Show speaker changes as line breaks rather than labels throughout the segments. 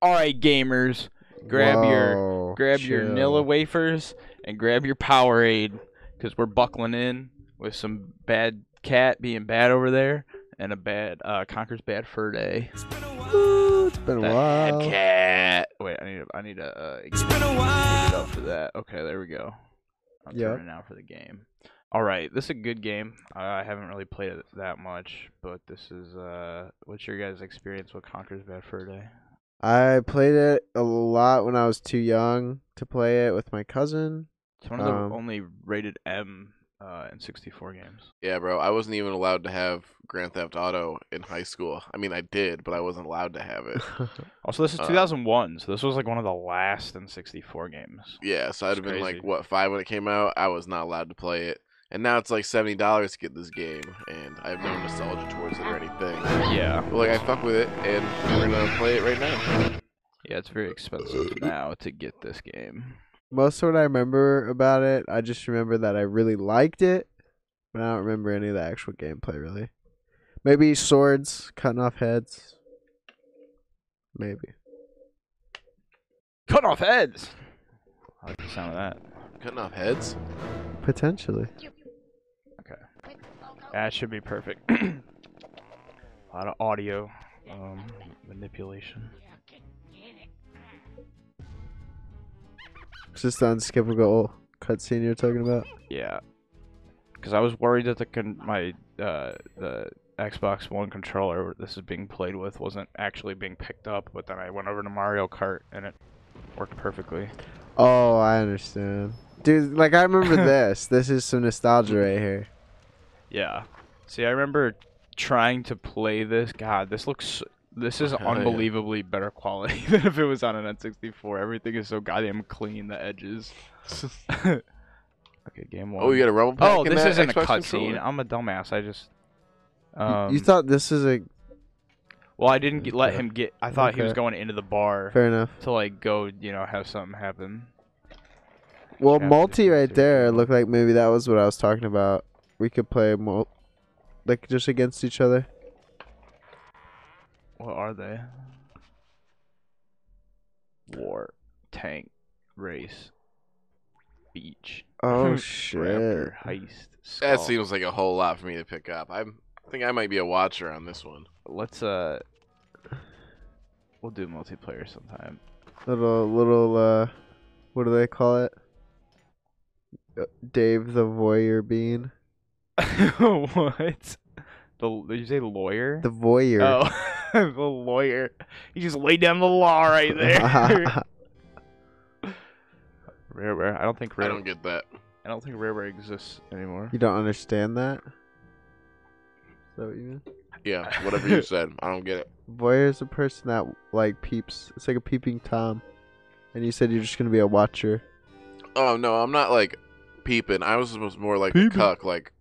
All right, gamers, grab your
Whoa,
grab your
chill.
Nilla wafers and grab your Powerade because we're buckling in with some bad cat being bad over there and a bad uh, Conker's bad fur day.
It's been a
Bad
while.
cat. Wait, I need a, I need a. Uh, it's been a while. Up for that. Okay, there we go. I'm
Yeah.
turning out for the game. All right, this is a good game. Uh, I haven't really played it that much, but this is. uh What's your guys' experience with Conker's Bad Fur Day?
I played it a lot when I was too young to play it with my cousin.
It's one of the
Um,
only rated M uh, in 64 games.
Yeah, bro. I wasn't even allowed to have Grand Theft Auto in high school. I mean, I did, but I wasn't allowed to have it.
Also, this is
Uh,
2001, so this was like one of the last in 64 games.
Yeah, so I'd
It's
have been like
crazy.
what five when it came out. I was not allowed to play it, and now it's like seventy dollars to get this game, and I have no nostalgia towards it or anything.
Yeah.
But like I fuck with it, and we're gonna play it right now.
Yeah, it's very expensive now to get this game.
Most of what I remember about it, I just remember that I really liked it, but I don't remember any of the actual gameplay really. Maybe swords cutting off heads. Maybe.
Cut off heads! I like the sound of that.
Cutting off heads.
Potentially.
That should be perfect. A lot of audio um, manipulation.
It's just the unskippable cutscene you're talking about.
Yeah. Because I was worried that the con- my uh, the Xbox One controller this is being played with wasn't actually being picked up, but then I went over to Mario Kart and it worked perfectly.
Oh, I understand. Dude, like I remember this. This is some nostalgia right here.
Yeah. See, I remember trying to play this. God, this looks. This is
Okay, yeah.
unbelievably better quality than if it was on an N64. Everything is so goddamn clean. The edges. okay, game one.
Oh, you got a rumble pack.
Oh,
in
this
that
isn't a
Xbox
cutscene. Oh.
controller?
I'm a dumbass. I just.
Y-
Um,
you thought this is a
Well, I didn't get, let
Okay.
him get. I thought he was
Okay.
going into the bar
fair enough.
to like go, you know, have something happen.
Well,
Chapter
multi right
two.
there looked like maybe that was what I was talking about. We could play mul- like just against each other.
What are they? War, tank, race, beach.
Oh
Raptor,
shit!
heist.
That
skull.
seems like a whole lot for me to pick up. I'm, I think I might be a watcher on this one.
Let's uh. We'll do multiplayer sometime.
Little little uh, what do they call it? Uh, Dave the voyeur bean.
what? The did you say lawyer?
The voyeur.
oh, the lawyer. He just laid down the law right there. Rareware. I don't think Rare.
I don't get that.
I don't think Rareware exists anymore.
you don't understand that. Is that what you mean?
Yeah, whatever you said, I don't get it.
Voyeur is a person that like peeps. It's like a peeping tom. And you said you're just gonna be a watcher.
Oh no, I'm not like peeping. I was was more like
Peeping.
a cuck, like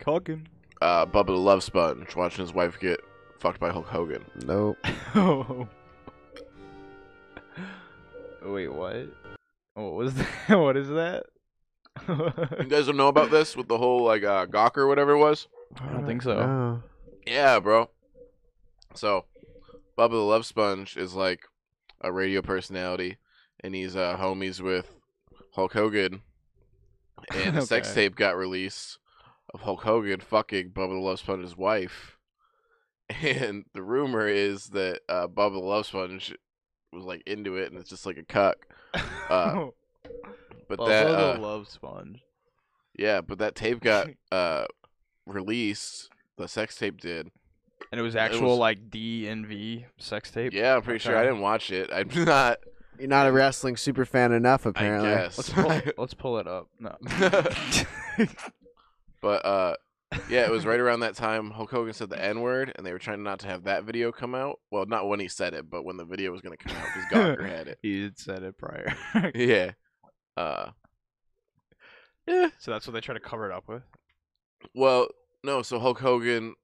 Culkin.
uh, Bubba the Love Sponge watching his wife get fucked by Hulk Hogan.
Nope.
Oh. Wait, what? What was that? What is that?
You guys don't know about this with the whole like uh, Gawker or whatever it was.
I don't think so.
No.
Yeah, bro. So, Bubba the Love Sponge is like a radio personality, and he's uh, homies with Hulk Hogan, and a sex
Okay.
tape got released of Hulk Hogan fucking Bubba the Love Sponge's wife, and the rumor is that uh, Bubba the Love Sponge was like into it, and it's just like a cuck. Uh, But
Buffalo
that uh,
the Love Sponge.
Yeah, but that tape got uh released. The sex tape did.
And it was
it
actual
was-
like D and V sex tape.
Yeah, I'm pretty sure I
Okay.
didn't watch it. I'm not.
You're not a wrestling super fan enough, apparently.
I
Let's
guess.
pull, let's pull it up. No.
but uh, yeah, it was right around that time Hulk Hogan said the N word, and they were trying not to have that video come out. Well, not when he said it, but when the video was gonna come out because Gawker had it.
he had said it prior.
Yeah. Uh,
so that's what they try to cover it up with.
well, no. So Hulk Hogan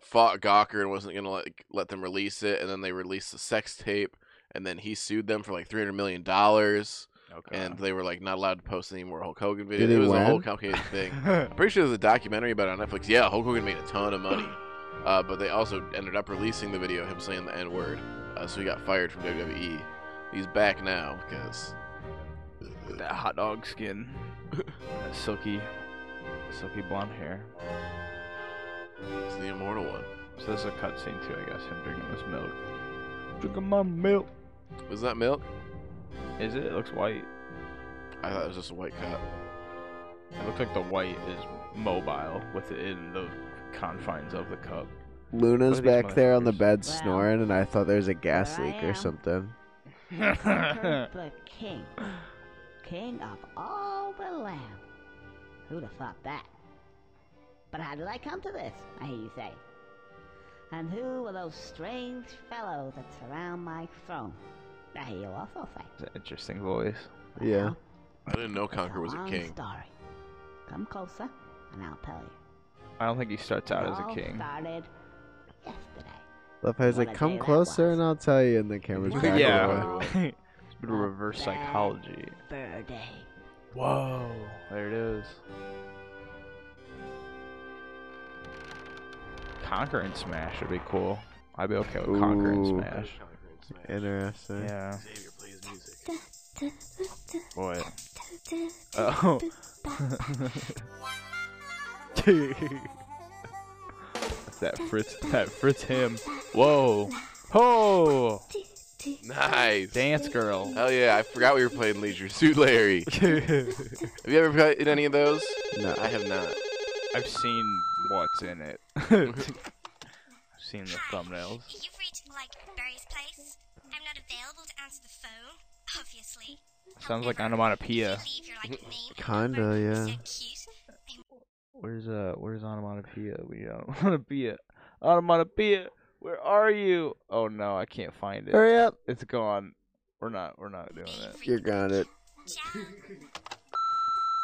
fought Gawker and wasn't gonna like let them release it, and then they released the sex tape, and then he sued them for like three hundred million dollars.
Okay.
and they were like not allowed to post any more Hulk Hogan videos.
Did he
it was a whole
win?
complicated thing. I'm pretty sure there's a documentary about it on Netflix. Yeah, Hulk Hogan made a ton of money, uh, but they also ended up releasing the video of him saying the N word uh, uh, so he got fired from WWE. He's back now because
That hot dog skin, that silky, silky blonde hair.
it's the immortal one.
So this is a cutscene too, I guess. Him drinking this milk. Drinking my milk.
Was that milk?
Is it? It looks white.
I thought it was just a white cup.
It looks like the white is mobile within the confines of the cup.
Luna's
Look at these
back there on the
motherfuckers.
bed
Wow.
snoring, and I thought there was a gas
There I
leak or
am.
something.
conquered the king. King of all the land. Who'd have thought that? But how did I come to this, I hear you say? And who were those strange fellows that surround my throne? I hear you also say.
It's an interesting voice.
Yeah.
I didn't know
It's
Conquer was a
long
king.
Story. Come closer, and I'll tell you.
I don't think he starts out
It
as a
all
king.
started yesterday.
Love how he's
What
like,
a
come
day that
closer
was."
and I'll tell you, and the camera's back
Yeah.
away.
it's a bit of reverse
Bad
psychology.
Fur day.
Whoa, there it is. Conquer and Smash would be cool. I'd be okay with Conquer and
Ooh.
Smash.
Interesting.
Yeah,
Xavier plays music.
boy. Oh. That's that Fritz, that Fritz him. Whoa. Oh,
Nice.
dance girl.
Hell yeah! I forgot we were playing Leisure Suit Larry. Have you ever played any of those?
No.
I have not.
I've seen what's in it. I've seen the thumbnails.
You've reached like Barry's place. I'm not available to answer the phone, obviously.
Sounds like
However,
onomatopoeia.
if you leave your, like, name and
Kinda,
number,
yeah.
So cute.
Where's uh where's onomatopoeia? We uh, onomatopoeia. Onomatopoeia. Where are you? Oh no, I can't find it.
Hurry up.
It's gone. We're not we're not doing it.
You got it.
Ciao.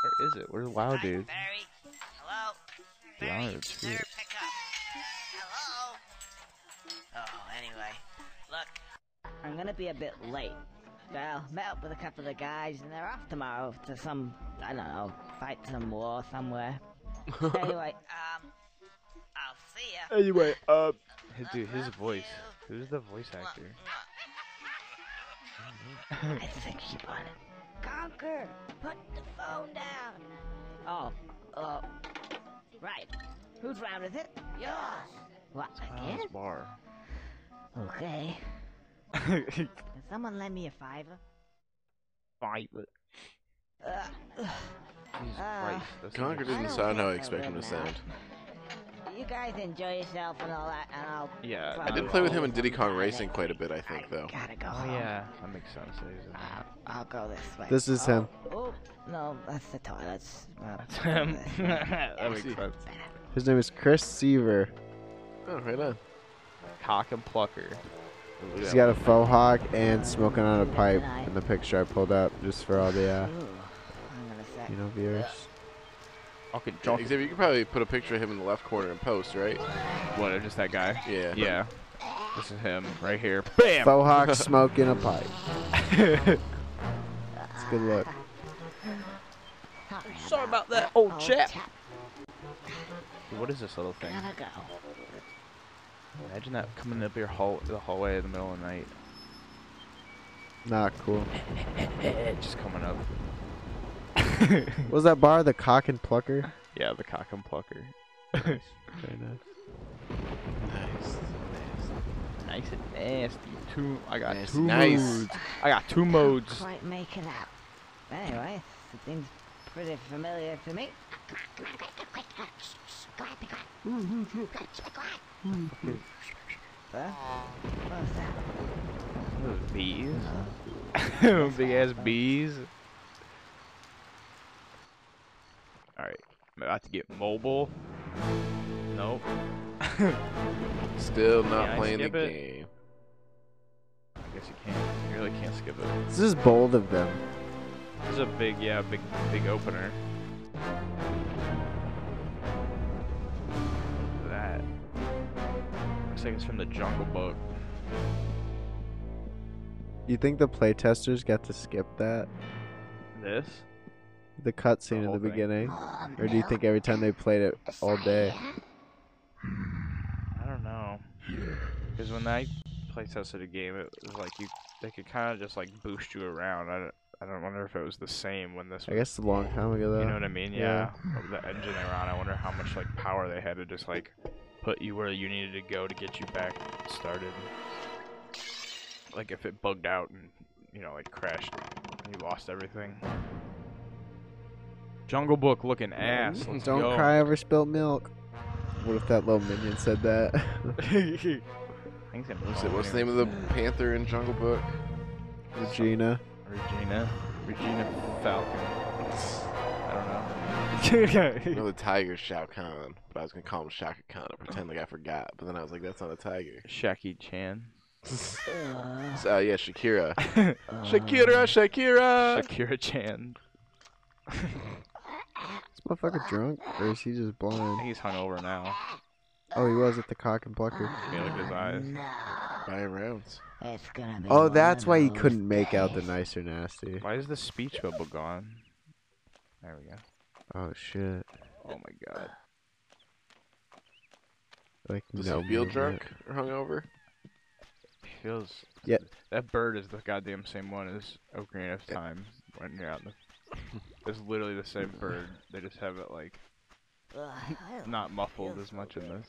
Where is it? Where's Wow dude?
Barry. Hello.
Barry, Yards, did you yeah. never
pick up. Hello. Oh, anyway, look. I'm gonna be a bit late. Well, met up with a couple of the guys, and they're off tomorrow to some I don't know, fight some war somewhere. anyway, um, I'll see ya.
Anyway, uh dude, his voice. Who's the voice actor?
I think she bought it. Conquer, put the phone down. Oh, uh, right. Whose round is it? Yours. What again?
His bar.
Okay. Can someone lend me a fiver?
Fight with
Uh, ugh,
Jesus
Uh,
Ah.
Christ. that's not
Conquer
even-
doesn't
I don't
sound how I
think so,
expect him to
but now.
sound.
you guys enjoy yourself and all that, and I'll.
Yeah,
probably
I did
not
play
at
with
all.
him in Diddy Kong
I
Racing quite a bit, I think, though.
Gotta go.
Oh
home.
yeah, that makes sense. that he's in
I'll,
there.
I'll go this way.
This is
oh,
him.
Oh, no, that's the toilets. Uh,
That's him. that
Ah.
Yeah.
makes sense.
His name is Chris Seaver.
Oh, right on.
Cock and plucker.
Look
He's
at
got a faux hawk and smoking on a pipe in the picture I pulled up just for all the,
Ooh,
uh,
hang on a sec.
you know, viewers.
Fucking
that.
drunk.
Xavier, you could probably put a picture of him in the left corner and post, right?
What? Just that guy?
Yeah.
Yeah. This is him right here. Bam.
Faux hawk smoking a pipe. It's a good look.
Sorry about that,
old chap. What is this little thing?
Gotta go.
Imagine that coming up your hall, the hallway in the middle of the night.
Not cool.
It's just coming up.
What was that bar? The Cock and Plucker?
Yeah, the cock and plucker.
Very nice.
Nice.
Nice and nasty. Two. I got
Nasty.
two
Nice.
modes. I got two modes.
Quite make it out. Anyway, it seems pretty familiar to me. Huh? What was that?
Those Bees. Uh-huh. Big ass bees. Alright. I'm about to get mobile. Nope.
Still not
Can I
playing the
skip it?
game.
I guess you can't. You really can't skip it.
This is bold of them.
This is a big, yeah, big, big opener. That. Looks like it's from the Jungle Book.
You think the playtesters got to skip that?
This?
The cutscene in
whole
the
thing.
beginning?
Oh,
Or do you think every time they played it all day?
I don't know. Because when I play tested a game, it was like you they could kind of just like boost you around. I don't, I don't wonder if it was the same when this.
I
was-
guess it's a long time ago though.
you know what I mean?
yeah.
Yeah. Of The engine they were on. I wonder how much like power they had to just like put you where you needed to go to get you back started. Like if it bugged out and you know like crashed, and you lost everything. Jungle Book looking ass. Let's
Mm, Don't
go.
cry over spilt milk. What if that little minion said that?
Thanks, Amazon.
What's, it, what's the name of the panther in Jungle Book?
Regina.
Regina. Regina Falcon. I don't
I
know.
know the tiger's Shao Kahn, but I was gonna call him Shaka Khan and pretend like I forgot. But then I was like, that's not a tiger.
Shaki Chan.
so
Ugh.
uh, yeah, Shakira.
Ugh.
Um,
Shakira,
Uh,
Shakira.
Shakira Chan.
Is this motherfucker drunk or is he just blind?
He's hungover now.
Oh, he was at the cock and plucker.
Yeah, look at his eyes.
No.
Ryan Reynolds.
It's gonna be
Oh,
one
that's
of
why he
those
couldn't make out the
days.
nicer nasty.
Why is the speech bubble gone? There we go.
Oh shit!
Oh my god.
Like
Does
no.
he feel
movement.
drunk or hungover?
feels.
Yeah.
That bird is the goddamn same one as Ocarina of Time when you're out in the. It's literally the same bird. They just have it like
Ugh, I
not muffled as much in this.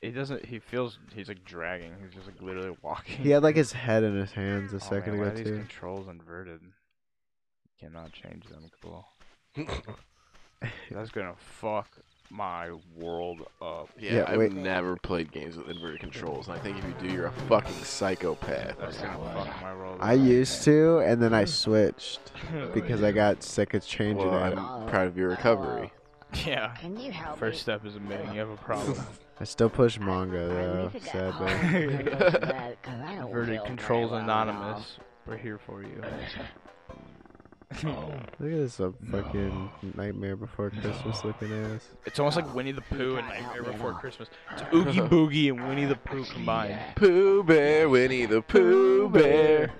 He doesn't. He feels. He's like dragging. He's just like literally walking.
He had like his head in his hands a
Oh,
second
man, why
ago
are these
too.
controls inverted. Cannot change them. Cool. That's gonna fuck my world up.
Yeah,
Yeah,
I've
wait.
never played games with inverted controls, and I think if you do, you're a fucking psychopath.
That's gonna fuck my world.
I
up.
used to, and then I switched because I got sick of changing
Well,
it.
I'm proud of your
Uh,
recovery.
yeah.
Oh, Can you help
First
me?
step is admitting you have a problem.
I still push
I-
manga
I
though.
need to Oh. get home
Sadly.
and go to bed, 'cause I don't
Inverted
feel
controls
very well at all.
anonymous. We're here for you.
Look at this uh, fucking Nightmare Before Christmas looking ass.
It's almost like Winnie the Pooh and Nightmare Before Christmas. It's Oogie Boogie and Winnie the Pooh combined.
Pooh Bear, Winnie the Pooh Bear.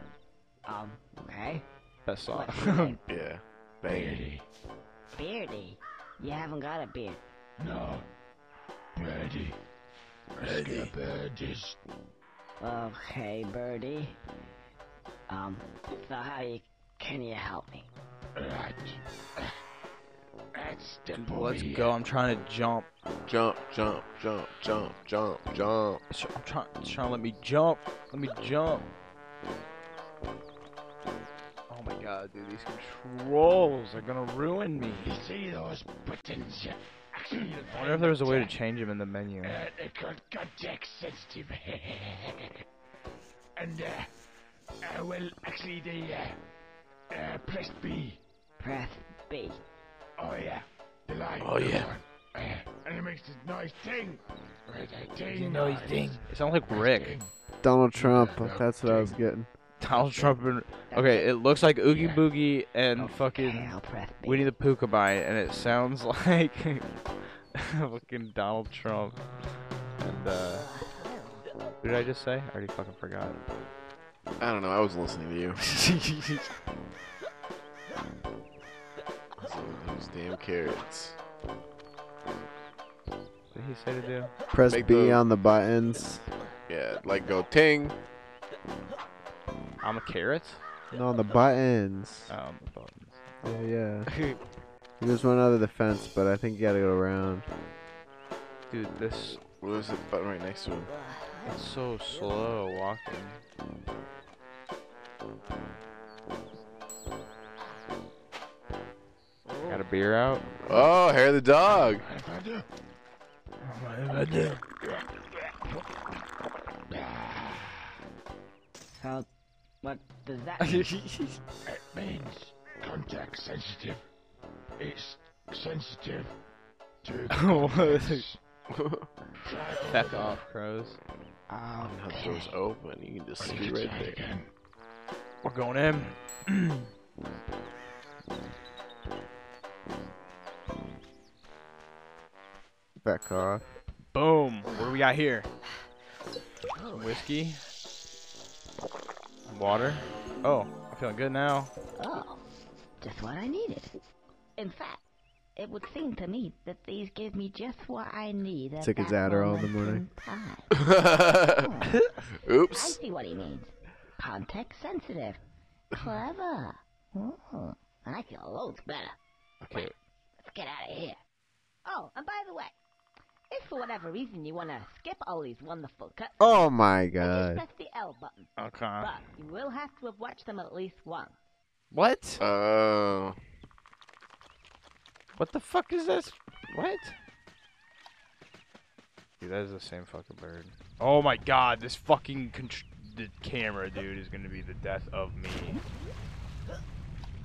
Um, okay.
Best song.
What's your name?
Yeah, bang.
Beardy. You haven't got a beard.
No. Ready. Ready. Birdies.
Okay, Birdie. Um, so how you, can you help me?
Right. Let's step over
Let's
here.
go. I'm trying to jump.
Jump, jump, jump, jump, jump, jump.
Sh- I'm trying, trying to let me jump. Let me jump. Oh my god, dude, these controls are gonna ruin me.
You see those buttons? yeah?
I wonder if there was a way to change them in the menu.
Uh, they got contact sensitive. and, uh, uh, well, actually, they, uh, uh, pressed B.
Press B.
Oh, yeah. The light.
Oh, yeah.
Uh, and it makes this nice thing. Right, uh, Oh, that thing. Noise thing.
It sounds like Rick.
Donald Trump. That's what I was getting.
Donald Trump and okay, it looks like Oogie Boogie
Oh,
and fucking
Okay, I'll press B.
Winnie the Pooh combined, and it sounds like fucking Donald Trump. And uh, what did I just say? I already fucking forgot.
I don't know. I was listening to you. Those those damn carrots.
What did he say to do?
Press
Make
B
the-
on the buttons.
Yeah, like go ting.
I'm a carrot.
No, on the buttons.
Uh.
Um, the buttons.
Oh yeah. There was one other defense, but I think you gotta go around.
Dude, this
What was the button right next to him?
is so slow walking. Got a beer out?
Oh, hair of the dog.
If I do.
So, what does that mean?
It means contact sensitive. It's sensitive to contacts.
Fuck off, crows.
Oh,
Now the door's open. You can just
Try
see right there.
again.
We're going in.
Back off.
Boom. What do we got here? Some whiskey. Water. Oh, I'm feeling good now.
oh, just what I needed. In fact, It would seem to me that these give me just what I need. at
Took his
that
Adderall in the
moment
morning.
in time. I
Oops.
see what he means. Context sensitive. Clever. Oh, I feel loads better.
Okay.
Let's get out of here. Oh, and by the way, if for whatever reason you want to skip all these wonderful cuts,
Oh my
just
god.
press the L button.
Okay.
But you will have to have watched them at least once.
What?
Oh.
What the fuck is this? What? Dude, that is the same fucking bird. Oh my god, this fucking contr- the camera, dude, is gonna be the death of me.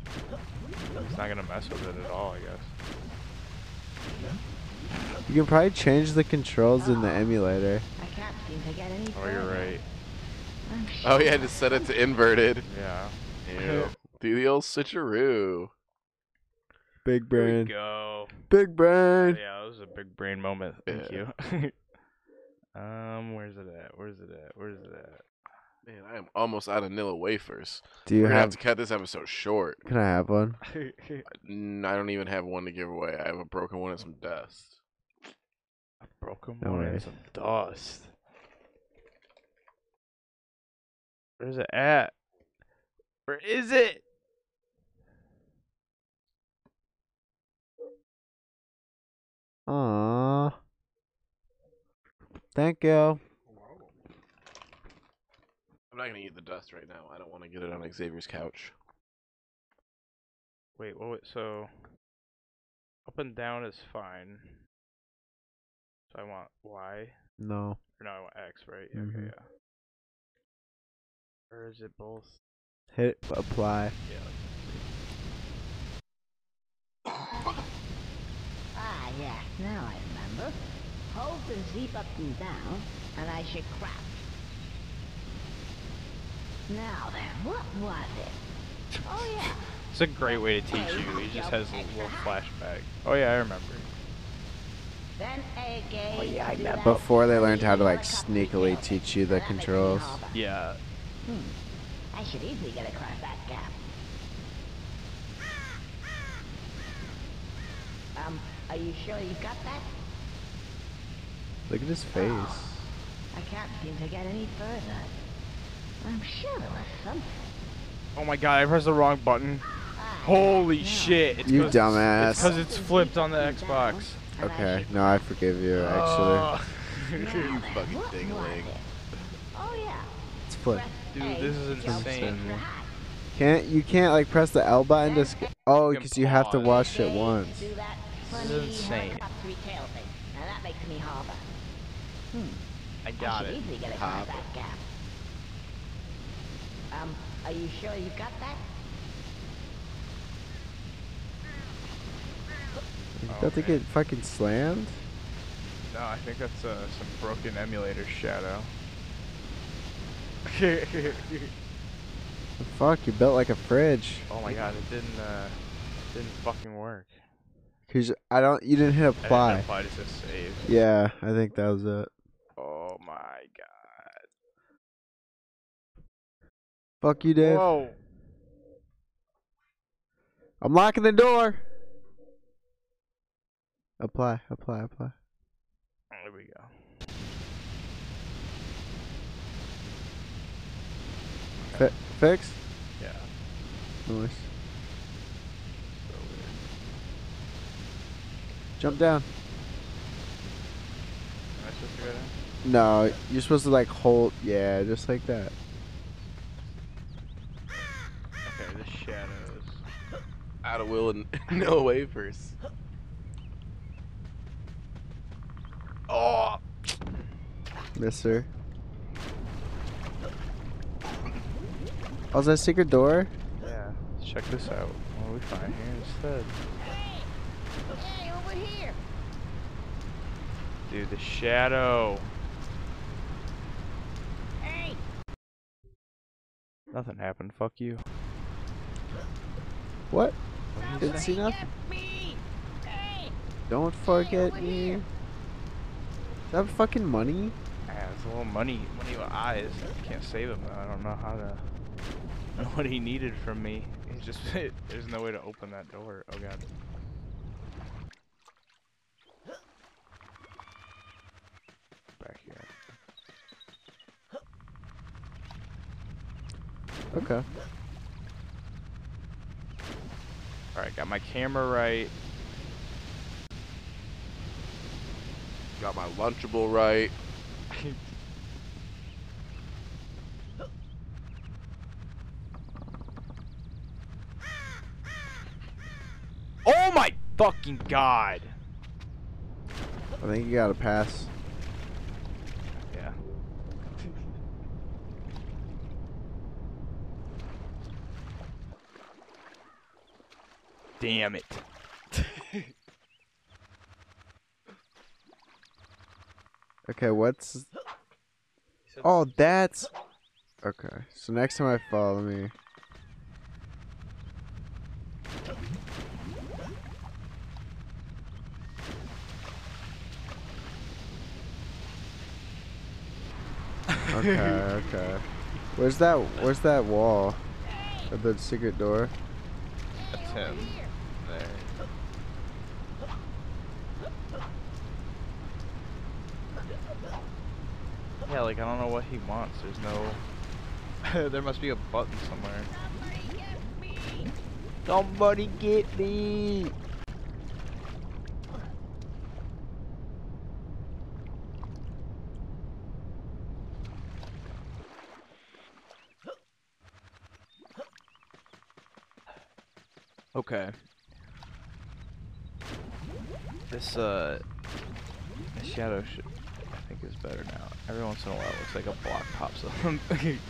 It's not gonna mess with it at all, I guess.
You can probably change the controls in the emulator.
I can't seem to get any.
Oh, you're
further.
right.
I'm sh-
Oh yeah, just set it to inverted.
Yeah.
Ew. Do the old switcheroo.
Big
There we
brain.
go.
Big
Yeah,
brain.
that was a big brain moment. Thank you. um, where's it at? Where's it at? Where's it at?
Man, I am almost out of Nilla wafers.
Do you
We're gonna have
have?
to cut this episode short.
Can I have one?
N- I don't even have one to give away. I have a broken one and some dust.
I broke him
No
away in
worries.
some dust. Where's it at? Where is it?
Aww. Thank you.
I'm not gonna eat the dust right now. I don't want to get it on Xavier's couch.
Wait, what? wa- So up and down is fine. So I want Y.
No.
Or no, I want X, right? Okay,
Mhm.
yeah. Or is it both?
Hit apply.
Yeah.
Ah, yes, now I remember. Hold the zip up and down, and I should crouch. Now then, what was it? Oh yeah,
It's a great way to teach you. He just has a little flashback. Oh yeah, I remember.
then A gauge. Oh yeah, I
Before they learned how to like sneakily teach you the controls.
Yeah.
I should easily get across that gap. Um, are you sure you got that?
Look at his face.
I can't seem to get any further. I'm sure there was something.
Oh my god, I pressed the wrong button.
Ah,
Holy
yeah.
shit! It's
You
'cause-
dumbass.
It's because it's flipped on the Xbox.
And I
Okay,
should-
no, I forgive you.
Oh.
Actually,
Now then,
Fucking
what
ding-a-ling.
was it? Oh yeah.
it's flip.
press
Dude,
A
this is
to
insane.
open the hat.
Can't you can't like press the L button to? Sk- oh,
You can
because you have to
pause.
watch it
They
once.
do that
is
funny
insane.
helicopter tail thing. Now that makes me harbor.
I
I
got
should
it.
easily get across that gap. Um, are you sure you got that?
Oh,
You about to get fucking slammed?
No, I think that's uh, some broken emulator shadow.
The fuck, you built like a fridge.
oh my god, it didn't uh, it didn't fucking work.
Cause I don't, you didn't hit
I didn't
apply.
apply to just save.
Yeah, I think that was it.
Oh my god.
Fuck you, Dave.
Whoa.
I'm locking the door. Apply, apply, apply.
There we go.
Fi- fix.
Yeah.
Nice.
So weird.
Jump down.
Am I supposed to go down?
No, you're supposed to like hold. Yeah, just like that.
Okay, the shadows.
Out of will and no wafers.
Oh.
Mister. Oh, is that a secret door?
Yeah. Let's check this out. What do we find here instead?
Hey, over here.
Dude, the shadow.
Hey.
Nothing happened. Fuck you.
What? Didn't see nothing. Don't forget me. Is that fucking money?
Yeah, it's a little money, money with eyes. I can't save him. I don't know how to. I don't know what he needed from me. It's just there's no way to open that door. Oh god.
Okay.
All right, got my camera right.
Got my Lunchable right.
oh my fucking god!
I think you gotta pass.
Yeah. Damn it.
Okay, what's? Oh, that's. Okay, so next time I follow me. Okay, okay. Where's that? Where's that wall? Of the secret door?
That's him. There. Yeah, like I don't know what he wants. There's no. there must be a button somewhere. Somebody get me! Okay. This uh, the shadow shit, I think is better now. Every once in a while, it looks like a block pops up.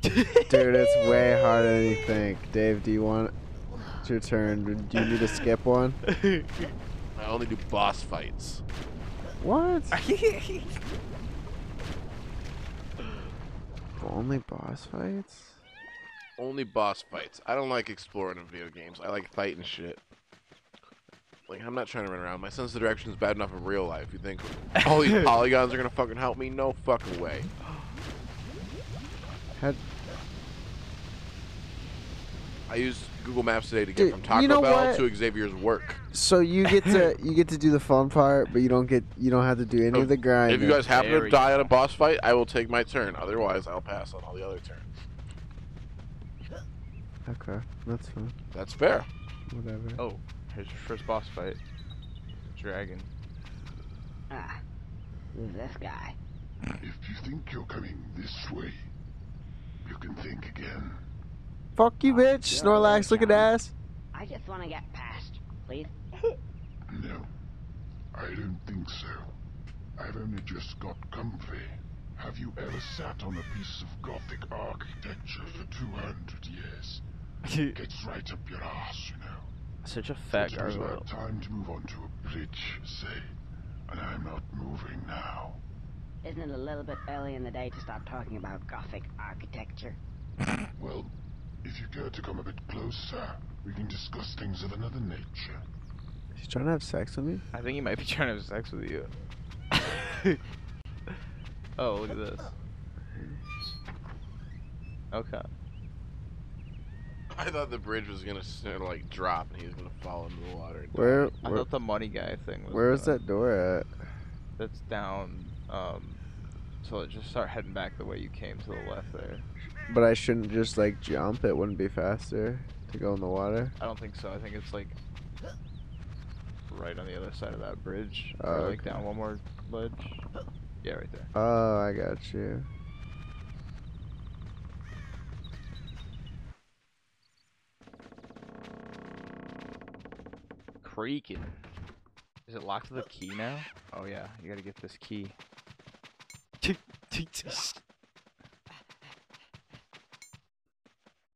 Dude, it's way harder than you think. Dave, do you want? It's your turn. Do you need to skip one?
I only do boss fights.
What? Only boss fights?
Only boss fights. I don't like exploring in video games. I like fighting shit. Like I'm not trying to run around. My sense of direction is bad enough in real life. You think all these polygons are gonna fucking help me? No fucking way.
Had,
I used Google Maps today to get
Dude,
from Taco
you know
Bell
what?
to Xavier's work.
so you get to you get to do the fun part, but you don't get you don't have to do any of the
Oh,
grind.
if you guys happen
There
to
we
die on a boss fight, I will take my turn. Otherwise, I'll pass on all the other turns.
okay, that's fine.
That's fair.
Whatever.
oh, here's your first boss fight. Dragon.
Ah, who's this guy?
If you think you're coming this way, you can think again.
Fuck
Oh,
you, bitch! Snorlax, look at ass.
I just want to get past, please.
No, I don't think so. I've only just got comfy. Have you ever sat on a piece of gothic architecture for 200 years? Gets right up your ass, you know.
Such a fat
It was
gargoyle.
about time to move on to a bridge, say, and I'm not moving now.
Isn't it a little bit early in the day to start talking about Gothic architecture?
Well, if you care to come a bit closer, we can discuss things of another nature.
She's trying to have sex with me.
I think he might be trying to have sex with you. oh, look at this. Okay.
I thought the bridge was gonna sort of, like drop and he was gonna fall into the water. and die.
Where
I
where,
thought the money guy thing was.
where is
gonna-
that door at?
That's down. Um, so just start heading back the way you came to the left there.
But I shouldn't just like jump. It wouldn't be faster to go in the water.
I don't think so. I think it's like right on the other side of that bridge,
Oh,
or like
okay.
down one more ledge. Yeah, right there.
Oh, I got you.
Creaking. Is it locked with a key now? Oh yeah, you gotta get this key.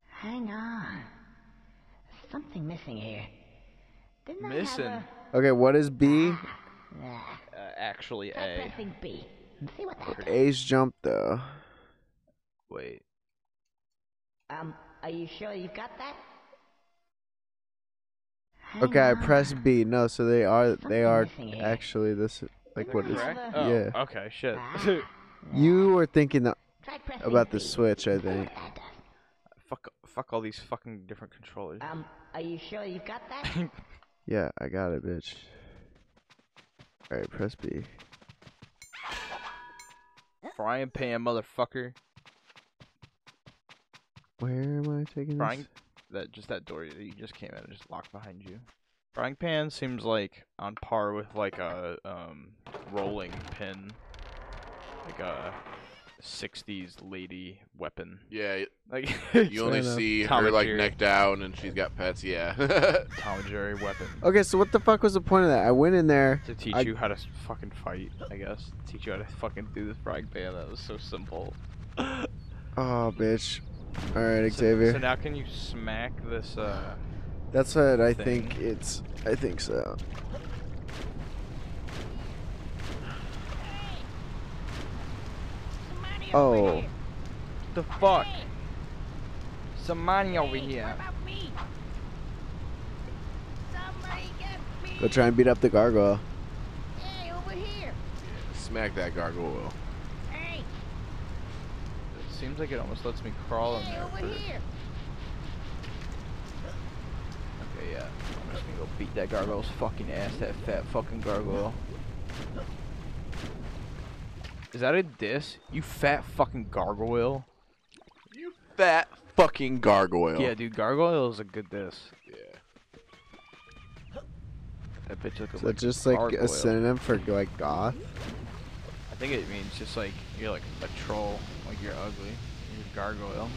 Hang on. There's something missing here. Didn't I
Missing.
have
Okay, what is B?
a... Nah,
Uh, actually,
try
a.
pressing B and see what happens.
A's jump though.
Wait.
Um, are you sure you've got that? Hang
Okay, I
on.
press B. No, so they are they
Something
are
missing here.
actually this like what is
Correct?
Correct?
Oh,
Yeah.
Okay. Shit.
Ah,
you were thinking the,
try pressing
about the
B.
Switch? I
See what
think.
that does.
fuck. Fuck all these fucking different controllers.
Um, are you sure you've got that?
Yeah, I got it, bitch. All right, press B.
Frying pan, motherfucker.
Where am I taking
Frying
this?
that just that door that you just came out and just locked behind you. Frying pan seems like on par with like a um rolling pin, like a '60s lady weapon.
Yeah,
Like
you only
enough.
see
Tom
her
and
like
Jerry.
neck down, and she's got pets. Yeah,
Tom and Jerry weapon
Okay, so what the fuck was the point of that? I went in there.
to teach
Oh, I-
you how to s- fucking fight. I guess teach you how to fucking do this frying pan. That was so simple.
Oh, bitch. All right,
So-
Xavier.
So, now can you smack this? uh...
That's what I
thing.
think it's. I think so. Oh,
The fuck! Some money over here.
go try and beat up the gargoyle.
smack that gargoyle.
It seems like it almost lets me crawl in there. For... Okay, yeah. I'm just gonna go beat that gargoyle's fucking ass. That fat fucking gargoyle. Is that a diss? You fat fucking gargoyle.
You fat fucking gargoyle.
Yeah, dude, gargoyle is a good diss.
Yeah.
That bitch looks
So
like
just like
gargoyle.
a synonym for like goth.
I think it means just like you're like a troll, like you're ugly, you're a gargoyle.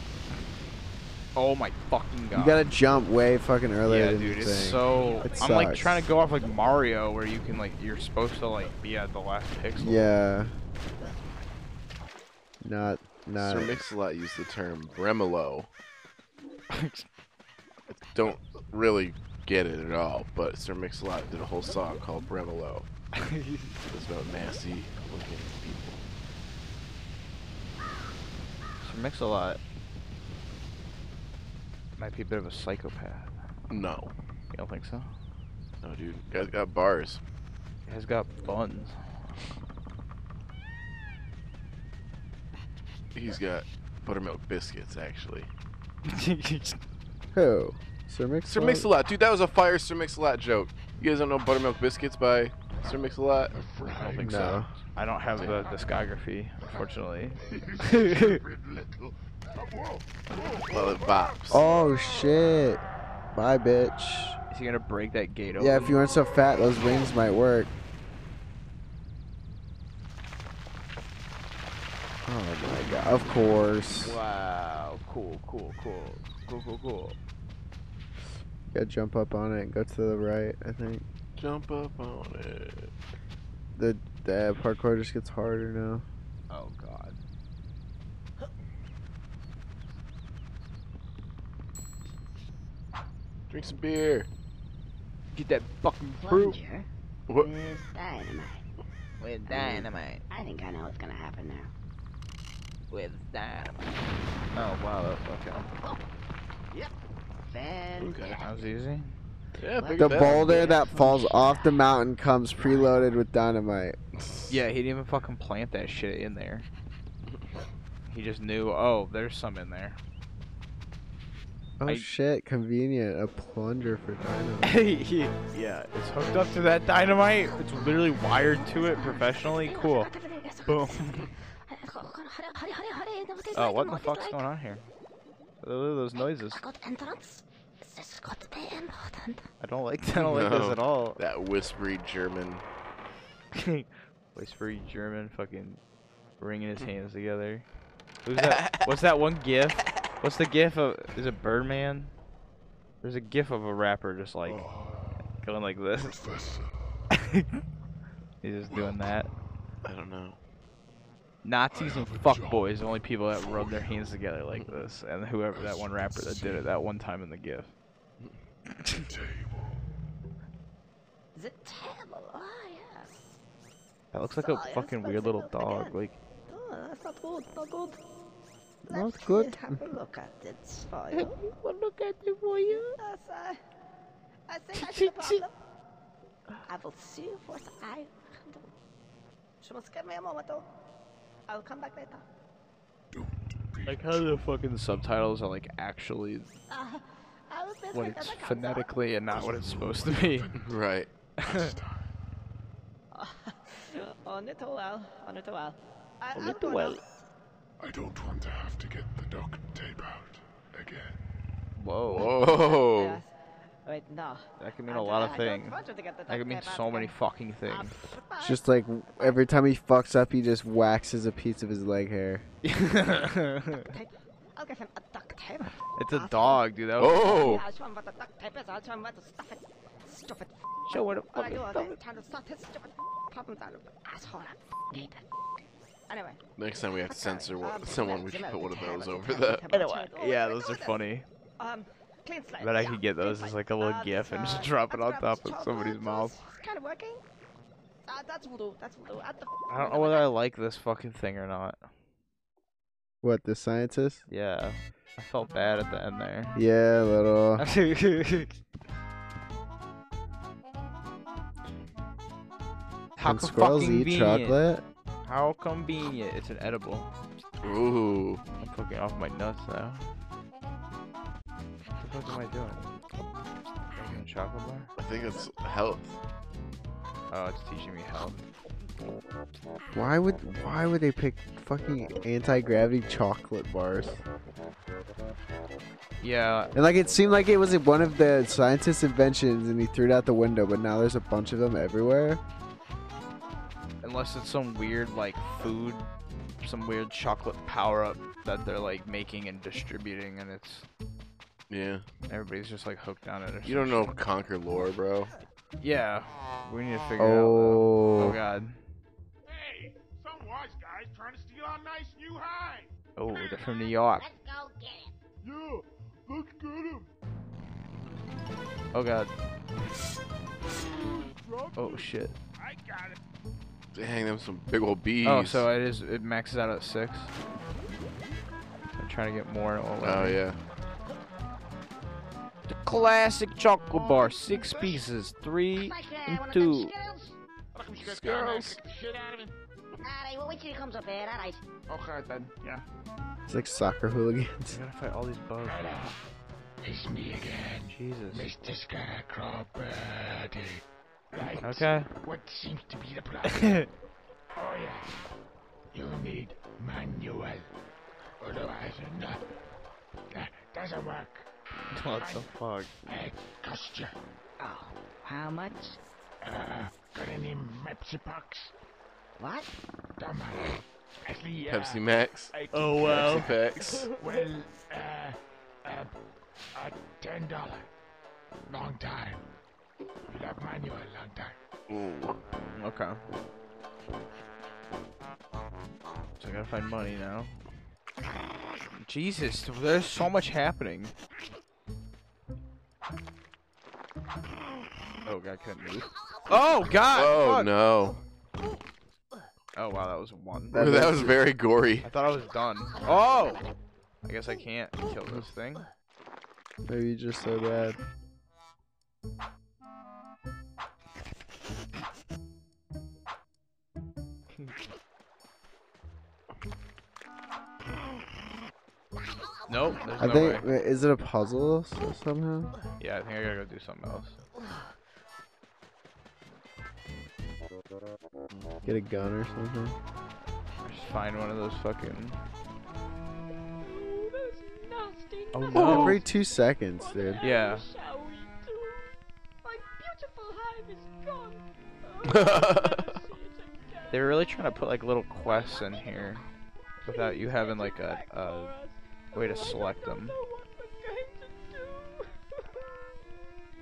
Oh my fucking god!
You gotta jump way fucking earlier
yeah,
than
dude,
you
it's
think.
so.
It
I'm like
sucks.
trying to go off like Mario, where you can like you're supposed to like be at the last pixel.
yeah. Not not.
Sir Mix-a-Lot used the term Bremolo. Don't really get it at all, but Sir Mix-a-Lot did a whole song called Bremolo. It's about nasty looking people.
Sir Mix-a-Lot might be a bit of a psychopath.
No.
You don't think so?
No, dude. Guys got bars.
He has got buns.
He's got buttermilk biscuits, actually.
Who? Sir Mix.
Sir Mix-a-Lot, dude, that was a fire Sir Mix-a-Lot joke. You guys don't know buttermilk biscuits by Sir Mix-a-Lot?
A
don't
frying
think
No.
I don't have the discography, unfortunately.
Stupid little. uh, Whoa, whoa,
Well, it bops.
Oh shit. Bye, bitch.
Is he gonna break that gate open?
Yeah, if you weren't so fat, those wings might work. Oh my god. Of course.
Wow, cool, cool, cool. Cool, cool, cool.
Gotta jump up on it and go to the right, I think.
Jump up on it.
The the parkour just gets harder now.
Oh god.
Drink some beer.
Get that fucking fruit.
Plunger
What?
is dynamite.
With dynamite.
I think I know what's gonna happen now.
With dynamite.
Oh wow, that, okay.
Fantastic.
That was easy.
Yeah,
The
big
The
fat.
boulder that falls off the mountain comes preloaded with dynamite.
Yeah, he didn't even fucking plant that shit in there. He just knew, oh, there's some in there.
Oh
I-
shit, convenient. A plunger for dynamite.
yeah, it's hooked up to that dynamite. It's literally wired to it professionally. Cool. Boom. Oh, what the fuck's going on here? What are those noises.
Got entrance. This is got the important.
I don't like. I don't like this
No.
at all.
That whispery German.
Whispery German, fucking wringing his hands together. Who's that? What's that one gif? What's the gif of? Is it Birdman? There's a gif of a rapper just like going like this.
Professor.
He's just doing that.
I don't know.
Nazis and fuckboys, the only people that rub their hands together like this, and whoever that one rapper that did it that one time in the gif.
Table.
The table. Oh, yes.
That looks like a fucking weird little dog. Like,
Oh, that's not good. Not good.
Not
me
good.
Have a look at it for you.
Look at the boy.
Yes, I, I think I should have them. I will see what I can do. She must give me a moment, though. I'll come back later.
like how the fucking subtitles are like actually
Uh, I will be as
what
quick as
it's
I can, sir.
phonetically and not what it's supposed to be.
Right.
Ah,
On it all, on it all. I-
A
I'll
little
go now.
well.
I don't want to have to get the duct tape out again.
Whoa.
Whoa.
Yes. Wait, no.
Oh. That can mean
I
a
do-
lot
I
of
don't
things.
want you to get the
That could mean
duct tape
so
out
many
again.
fucking things.
It's just like every time he fucks up, he just waxes a piece of his leg hair.
it's
Tape. I'll give him a duct tape.
a dog, dude. That was
Oh.
I'll show him what the duct tape is. I'll show him where to stuff it. Stupid. f-
Show what a
All I
fucking
do all
thumb.
day is trying to sort his stupid problems out of the asshole. I hate it. Anyway.
Next time we have to censor
what
one, someone, we should put one of those over that.
Anyway,
Oh.
yeah, those are funny.
Um, clean slate.
Bet I
yeah,
could get
clean
those as
slate.
like a little
Uh,
gif and
this,
just
uh,
drop it on
unscrubbed
top of
chocolate
somebody's
sauce.
mouth.
It's kind of working. Uh, that's voodoo. That's voodoo. At the
I don't know whether I like this fucking thing or not.
What the scientist?
Yeah, I felt bad at the end there.
Yeah, little.
How
Can
co-
squirrels
fucking
eat
convenient.
chocolate?
How convenient. It's an edible.
Ooh.
I'm fucking off my nuts now. What the fuck am I doing? Making a chocolate
I think that's health.
bar? Oh, it's teaching me health.
Why would why would they pick fucking anti gravity chocolate bars?
Yeah,
And like it seemed like it was one of the scientist's inventions, and he threw it out the window. But now there's a bunch of them everywhere.
unless it's some weird like food, some weird chocolate power up that they're like making and distributing, and it's
Yeah.
everybody's just like hooked on it. Or some
You don't know
shit.
Conquer lore, bro.
Yeah, we need to figure it out. though. Oh
Oh,
god.
Hey, some wise guy's trying to steal our nice new hive.
Oh, they're from New York.
Let's go get him.
Yeah, let's get him.
Oh god. Oh shit.
I got it.
Dang, them some big old bees.
Oh, so it is. It maxes out at six. I'm trying to get more. Oh,
Oh yeah.
Classic chocolate bar, six pieces, three
Like, uh,
and
one of them
two.
Skittles?
Look, we should get down there and
Girls.
kick the shit out of him.
Alright, well, wait till he comes up here, alright.
Okay Oh, then. Yeah.
it's like soccer hooligans.
I gotta fight all these bugs.
It's me again,
Jesus.
Mr. Scarecrow Birdie. Right.
Okay.
What seems to be the problem? oh yeah. You'll need manual. Otherwise, not. That doesn't work.
what the fuck?
Hey, cost you.
Oh, how much?
Uh, got any Pepsi Pucks?
What?
Dumb. Actually, yeah.
Pepsi Max.
I
Oh wow.
Pepsi Packs.
Well, uh, uh, uh, ten dollar. Long time. You love manual, long time.
Ooh.
Okay. So I gotta find money now. Jesus, there's so much happening. Oh god, can I move? Oh god!
Oh
fuck!
no.
Oh wow, that was one.
That
that
makes
was
it-
very gory.
I thought I was done. Oh! I guess I can't kill this thing.
Maybe you're just so bad.
Nope, there's
I
no
think
way.
wait, is it a puzzle so- somehow?
Yeah, I think I gotta go do something else.
Get a gun or something.
Just find one of those fucking.
Nasty.
Oh
Every two seconds, dude.
Yeah.
Shall we do? My beautiful hive is gone.
Uh, They were really trying to put like little quests in here without you having like a, a way to select them.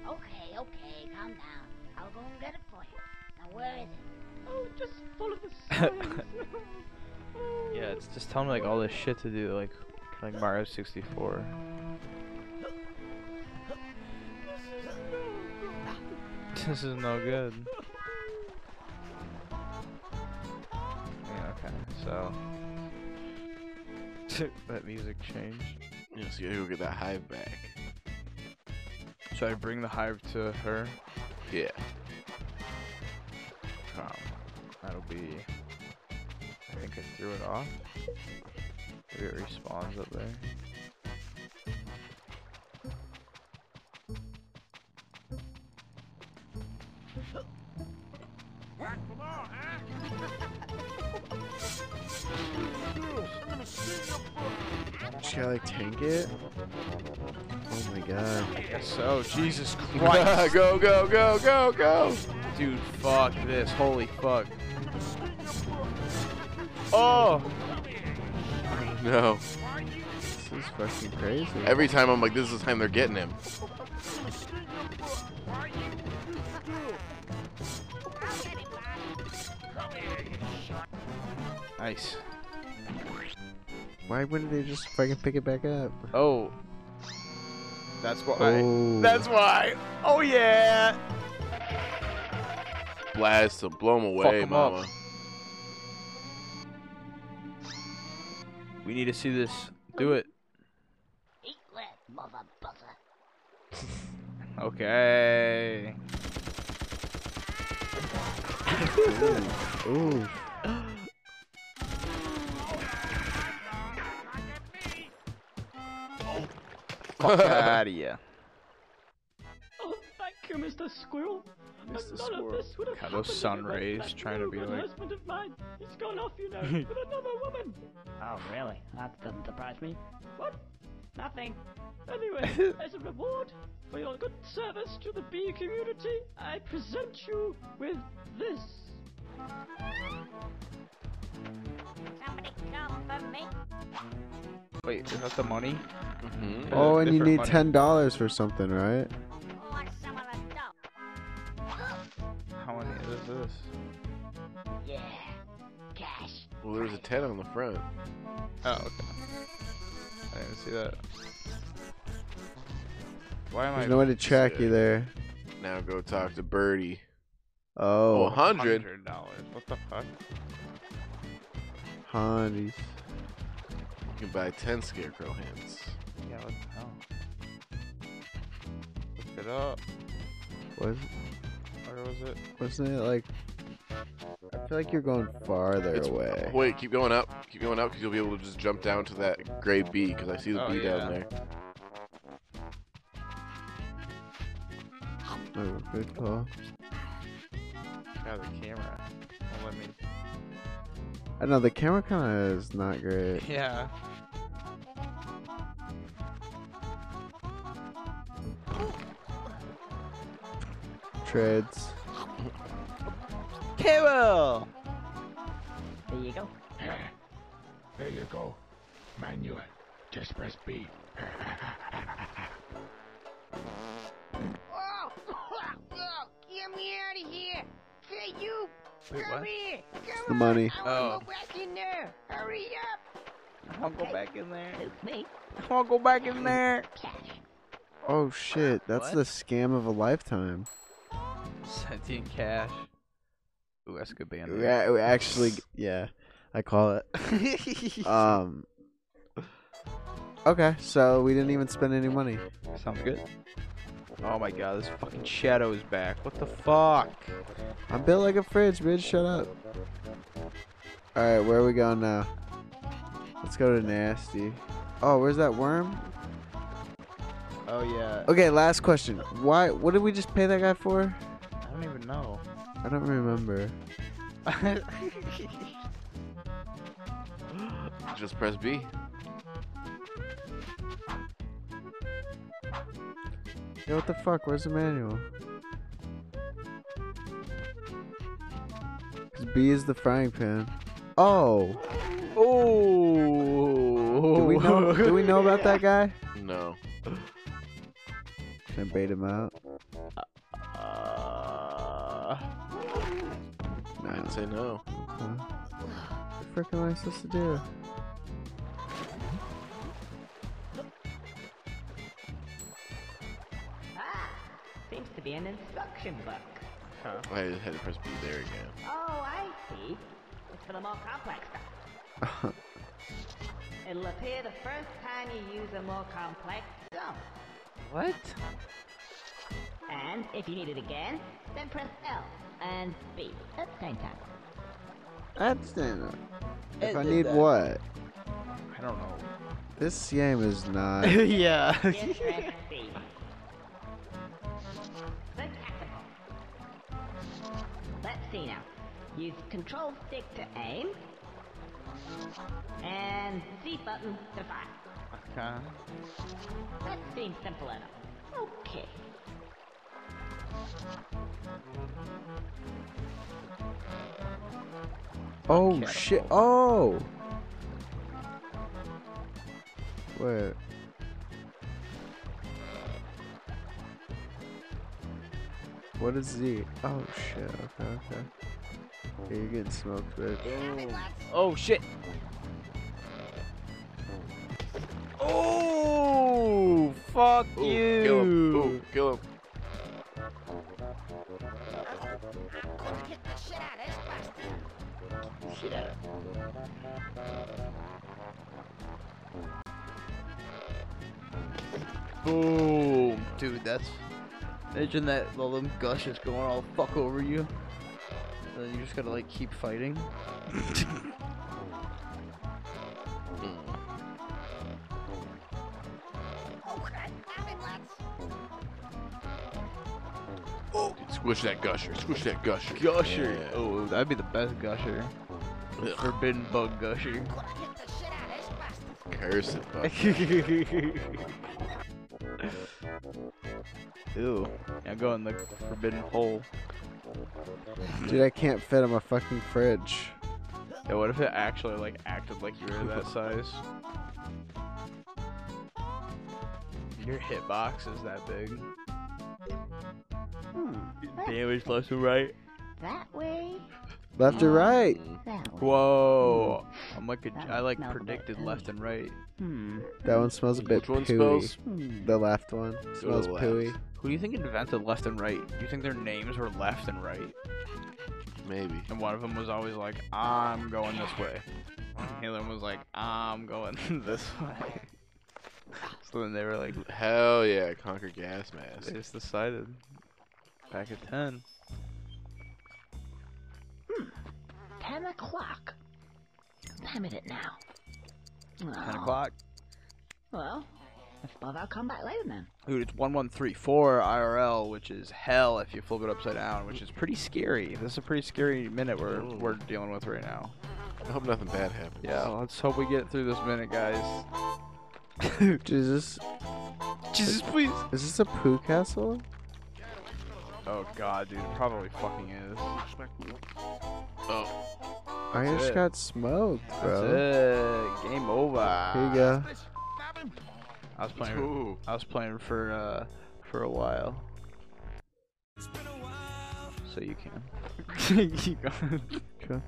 Okay, okay, calm down. I'll go and get it for you. Now, where is it?
Oh,
Yeah,
Oh,
it's just telling me like all this shit to do, like like Mario 64. This is no good. Yeah, okay, so that music changed.
Yeah, so you gotta go get that hive back.
So I bring the hive to her.
Yeah.
Um, that'll be. I think I threw it off. Maybe it respawns up there.
Just gotta like tank it. Oh my god.
Guess so. Jesus
go,
Christ.
go, go, go, go.
Dude, fuck this. Holy fuck. Oh!
No.
This is fucking crazy.
Every time I'm like, this is the time they're getting him.
Nice.
Why wouldn't they just fucking pick it back up?
Oh. That's why.
Oh.
That's why. Oh, yeah.
Blast him, blow him away,
'em up.
mama.
We need to see this. Do it.
Eat that, mother butter.
Okay.
Ooh.
Fuck out of ya.
Oh, thank you, Mr. Squirrel.
Mr.
None
Squirrel.
of this would have
God,
happened
those
if
sun
it weren't
rays
that
trying to be
rude
like-
husband of mine. He's gone off, you know, with another woman.
Oh, really? That doesn't surprise me.
What? Nothing. Anyway, as a reward for your good service to the bee community, I present you with this.
Somebody come for me.
Wait, is that the money? Mm-hmm.
Mhm.
Oh, and you
Different
need
money.
ten dollars for something, right?
Want some of the dough?
How many is this?
Yeah. Cash.
Well, there's a 10 on the front.
Oh, okay. I didn't see that. Why am I?
There's no way to check
Sick.
either.
Now go talk to Birdie. Oh,
Oh,
100?
dollars. What the fuck?
honeys.
You can buy 10 scarecrow hands.
Yeah, what the hell? Look it up.
Was
Where was it?
wasn't it like? I feel like you're going farther
It's-
away.
Wait, keep going up. Keep going up because you'll be able to just jump down to that gray bee because I see the
Oh,
bee down
yeah.
there.
Oh, good call.
Yeah, Oh, the camera. Don't let me.
I know the camera kind of is not great.
Yeah.
Treads.
Carol.
There you go.
There you go. Manual. Just press B.
Oh, oh, get me out of here. Hey, you.
Wait,
come
what?
here. Come
The
on.
money.
I wanna
Oh.
go back in there. Hurry up.
I'll go back in there.
Suits me.
I'll go back in there.
Cash.
Oh shit, that's
What?
the scam of a lifetime.
Sentient cash. Ooh, that's a good band.
We a- we actually, yeah, I call it. um. Okay, so we didn't even spend any money.
Sounds good. Oh my god, this fucking shadow is back. What the fuck?
I'm built like a fridge, bitch. Shut up. All right, where are we going now? Let's go to nasty. Oh, where's that worm?
Oh yeah.
Okay, last question. Why? What did we just pay that guy for?
I don't even know.
I don't remember.
Just press B.
Yo, what the fuck? Where's the manual? Cause B is the frying pan. Oh,
oh.
do we know? do we know about that guy?
No.
Can I bait him out?
Uh,
No.
I'd say no.
Huh? What the frick am I supposed to do?
Ah, seems to be an instruction book.
I just had to press B there again.
Oh, I see. It's for the more complex stuff. It'll appear the first time you use a more complex zone.
what?
And if you need it again, then press L and B at the same time.
Abstinent. If I need what?
I don't know.
This game is not.
yeah.
Then press B. Click activate. Let's
see now. Use control stick to aim. And Z button to fire.
Okay.
That seems simple enough. Okay.
Oh shit! Oh. Wait. What is Z? Oh shit! Okay, okay. Yeah, you're getting smoked, bitch.
Oh shit. Oh fuck
Ooh,
you.
kill him. Ooh, kill him.
Hit the shit out of this bastard.
Boom, dude. That's imagine that all them gush is going all fuck over you. And then you just gotta like keep fighting.
Oh, God damn it, lads.
Squish that gusher. Squish that gusher.
Gusher.
Yeah.
Oh, that'd be the best gusher.
Ugh.
Forbidden bug gusher.
Hit the shit out of this bastard.
Curse it, bud.
Ew. Yeah, go in the forbidden hole.
Dude, I can't fit on my fucking fridge.
Yeah, what if it actually like acted like you were that size? Your hitbox is that big.
Damage left and right.
Hmm. That way.
Left or right?
Mm.
That way.
Whoa. I'm like Mm. a,
That
I like
smells a bit
predicted
funny.
left and right.
Hmm.
That one smells a bit
Which one
pooey.
smells?
Hmm.
The left one smells
left.
pooey.
Who do you think invented left and right? Do you think their names were left and right?
Maybe.
And one of them was always like, I'm going this way. And the other one was like, I'm going this way. so then they were like,
Hell yeah, conquer gas mask.
they just decided. Back at 10.
10 o'clock. What time is it now?
10 o'clock.
Well, let's love our combat later then.
Dude, it's 1134 IRL, which is hell if you flip it upside down, which is pretty scary. This is a pretty scary minute we're,
Ooh.
we're dealing with right now.
I hope nothing bad happens.
Yeah, let's hope we get through this minute, guys.
Jesus,
Jesus, please.
is this a poo castle?
Oh god, dude, it probably fucking is.
Oh,
I
That's
just
it.
got smoked,
That's
bro.
it. Game over.
Here you go.
I was playing.
ooh.
I was playing for uh for a while. So you can. Keep going.
Okay.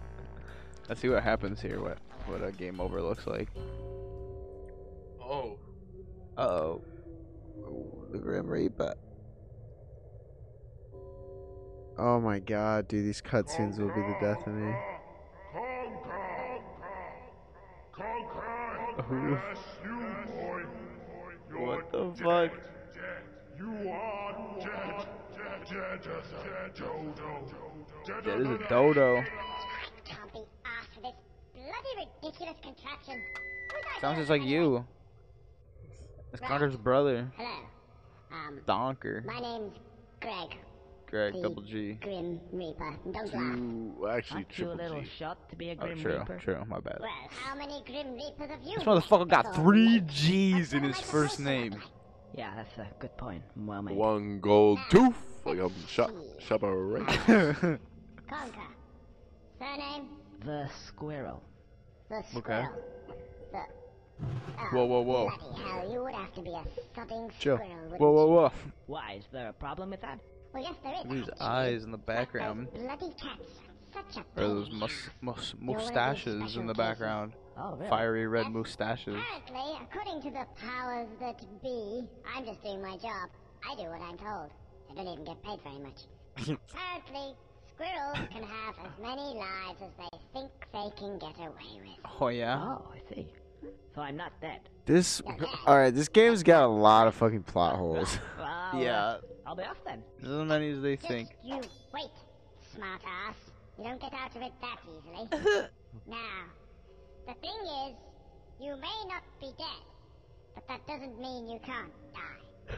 Let's see what happens here. What what a game over looks like.
Oh.
Uh oh.
The Grim Reaper. Oh my god, dude, these cutscenes will be the death of me.
Conquer! Conquer! Yes, you, boy. You're
What the
dead,
fuck?
Dead. You are dead. Dead. Dead. as a dodo.
That is a dodo.
Can't be asked for this bloody ridiculous contraption. Who's that
Sounds
guy
just like
anyway?
you. It's Conker's brother,
Hello. Um,
Donker.
my name's Greg,
Greg
the
Double G.
Grim Reaper. Don't laugh.
Two, actually,
Aren't you a
triple
little
G.
shot to be a
Oh,
Grim
true,
Reaper?
true. My bad.
Well, how many Grim Reapers have you?
This motherfucker got
So,
three
what
G's in
am
his
I supposed
first
to look
name.
like?
Yeah, that's a good point. Well made.
One gold tooth. Like a shop, shop a right.
Conquer. Surname,
The squirrel.
the squirrel. The... Oh,
Whoa, whoa, whoa.
Bloody hell, you would have to be a sodding
Chill.
squirrel, wouldn't
Whoa, whoa,
you?
whoa.
Why, is there a problem with that?
Well, yes, there is.
Look at his
actually.
eyes in the background.
Those bloody cats. Such a
Or
pain in
those
the
mus-
ass.
mus-
You're one of these
mustaches in
special
the background.
Oh, really?
Fiery red mustaches.
Apparently, according to the powers that be, I'm just doing my job. I do what I'm told. I don't even get paid very much. Apparently, squirrels can have as many lives as they think they can get away with.
Oh, yeah?
Oh, I see. So I'm not dead.
This, all right, this game's got a lot of fucking plot holes.
Well, uh,
Yeah,
I'll be off then.
there's as many as they think.
Just you wait, smart ass. You don't get out of it that easily. now, the thing is, you may not be dead, but that doesn't mean you can't die.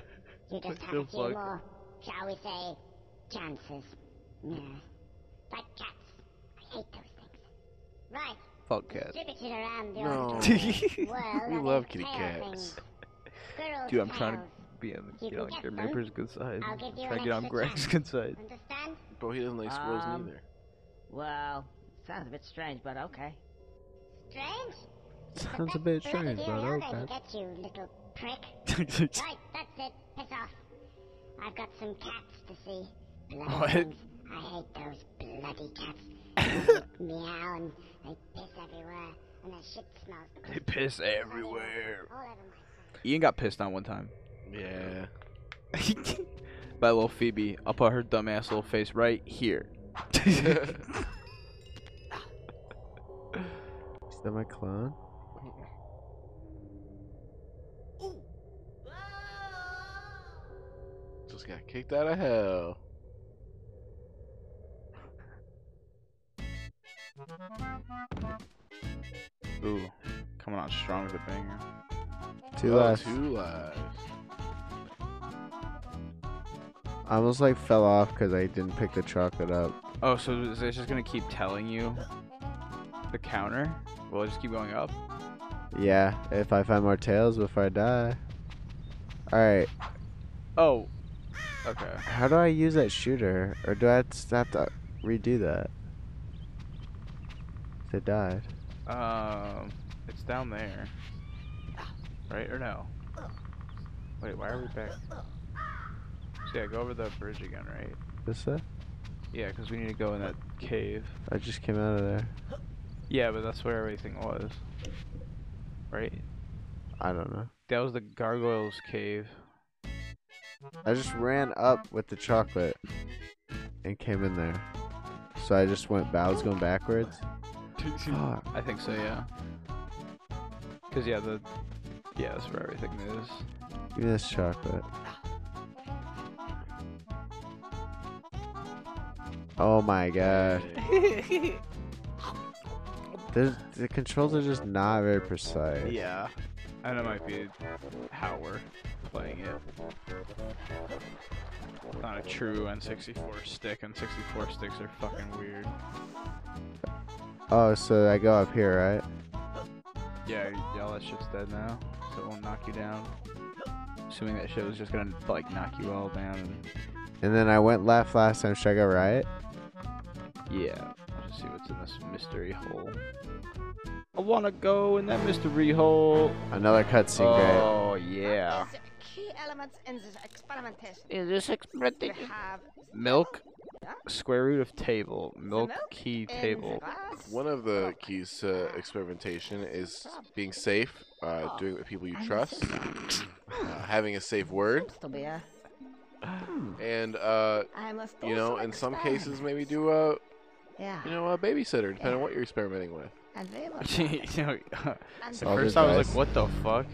You just have a few
fuck?
more, shall we say, chances. Yeah.
Like cats. I hate those things. Right.
Fuck
Uh,
cats.
Distributed around the
No.
auditorium. World
We
of
love
these
kitty
tail
cats.
things. Squirrels'
Dude, I'm trying to
tails.
be on,
You
get
can
on
get
your
them.
neighbor's good side.
I'll
I'm
give you
trying
an
to get on
extra
Greg's
chance.
good side.
Understand?
But he doesn't like squirrels
Um,
neither.
Well, sounds a bit strange, but okay.
Strange?
Sounds a bit strange, but
I'm going
okay.
to get you, little prick. Right, that's it. Piss off. I've got some cats to see. Bloody
What?
things. I hate those bloody cats. They meow and they piss everywhere, and their shit smells
They piss everywhere.
all over my
Ian got pissed on one time
Yeah.
by little Phoebe. I'll put her dumb ass little face right here.
Is that my clone?
Just got kicked out of hell.
Ooh, coming out strong with a banger.
Two
Oh,
left.
Two lives.
I almost like fell off because I didn't pick the chocolate up.
Oh, so is it just gonna keep telling you the counter? Will it just keep going up?
Yeah, if I find more tails before I die. Alright,
Oh, okay.
how do I use that shooter? Or do I have to have to redo that? They died.
Um, it's down there, right or no? Wait, why are we back? So yeah, go over the bridge again, right?
This that?
Yeah, because we need to go in that cave.
I just came out of there.
Yeah, but that's where everything was, right?
I don't know.
That was the gargoyles cave.
I just ran up with the chocolate and came in there. So I just went I was going backwards. Fuck.
I think so, yeah. Cause yeah, the yeah, that's where everything is.
Give me this chocolate. Oh my god. There's, the controls are just not very precise.
Yeah. And it might be how we're playing it. Not a true N64 stick. N64 sticks are fucking weird.
Oh, so I go up here, right?
Yeah, yeah, all that shit's dead now, so it won't knock you down. Assuming that shit was just gonna like knock you all down.
And then I went left last time. Should I go right?
Yeah. Let's just see what's in this mystery hole. I wanna go in that mystery hole.
Another cutscene, great.
Oh yeah.
Is key elements in this experimentation.
Is this
We
expected?
have
Milk, square root of table, milk key
in
table.
glass.
One of the keys to experimentation is being safe, uh, doing it with people you trust, uh, having a safe word,
Still be a.
and uh,
I must
you know,
also
in some
experiment.
cases, maybe do a
Yeah.
you know a babysitter, depending on what you're experimenting with.
And they will
You know, At
And
All
first,
this
I was
nice.
like, "What the fuck?"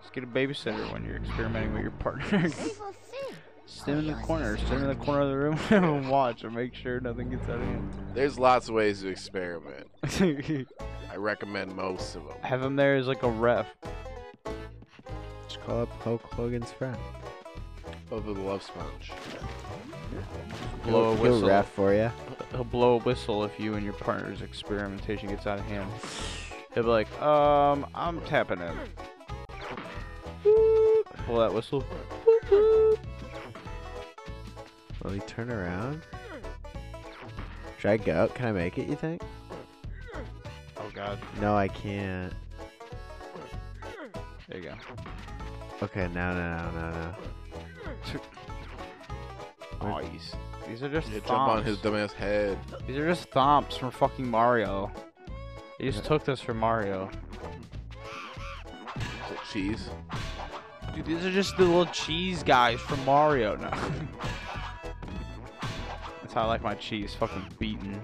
Just get a babysitter when you're experimenting with your partner.
they will see.
Stand in the corner, stand in the corner of the room, and watch, and make sure nothing gets out of
There's lots of ways to experiment.
hand.
I recommend most of them.
Have him there as like a ref.
Just call up Hulk Hogan's friend.
Over the love sponge.
Blow a
He'll-
whistle.
He'll ref for you.
He'll blow a whistle if you and your partner's experimentation gets out of hand. He'll be like, "Um, I'm tapping in." Boop. Blow that whistle.
Will he turn around? Should I go? Can I make it? You think?
Oh god.
No, I can't.
There you go.
Okay, no, no, no, no, no.
Oh, he's- These are just
Yeah,
thumps.
jump on his dumbass head.
These are just thumps from fucking Mario. They just
Yeah.
took this from Mario.
Is it Cheese.
Dude, these are just the little cheese guys from Mario now. That's how I like my cheese, fucking beaten.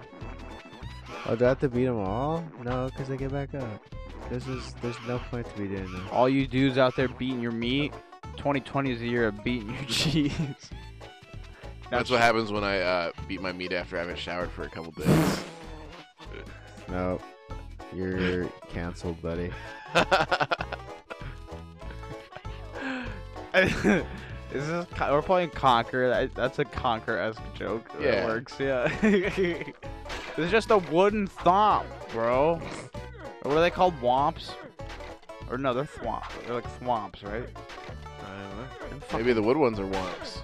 Oh, do I have to beat them all? No, because they get back up. This is there's no point to be doing this.
All you dudes out there beating your meat, 2020 is the year of beating your cheese.
That's what happens when I uh, beat my meat after I haven't showered for a couple days.
No, you're canceled, buddy.
happened. Is this Con- we're playing Conquer? That, that's a Conquer-esque joke. That
Yeah.
works. Yeah. it's just a wooden thomp, bro. Or what are they called? Womps? Or no, they're thwomp. They're like thwomps, right?
Maybe the wood ones are wonks.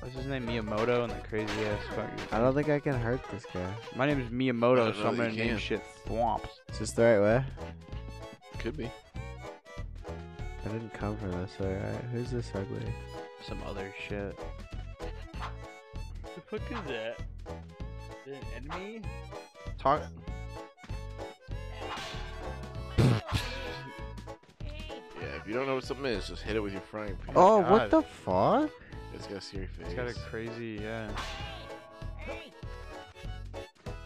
What's his name? Miyamoto and that crazy ass fucking.
I don't think I can hurt this guy.
My name is
I
Miyamoto,
don't
so
know
I'm
that
gonna
you
name
can.
shit thwomps.
Is this the right way?
Could be.
I didn't come from this way, right? Who's this ugly?
Some other shit.
The fuck is that? Is it an enemy?
Talk.
Yeah, if you don't know what something is, just hit it with your frying pan.
Oh,
God.
what the fuck?
It's gonna see your face.
It's got a crazy, yeah.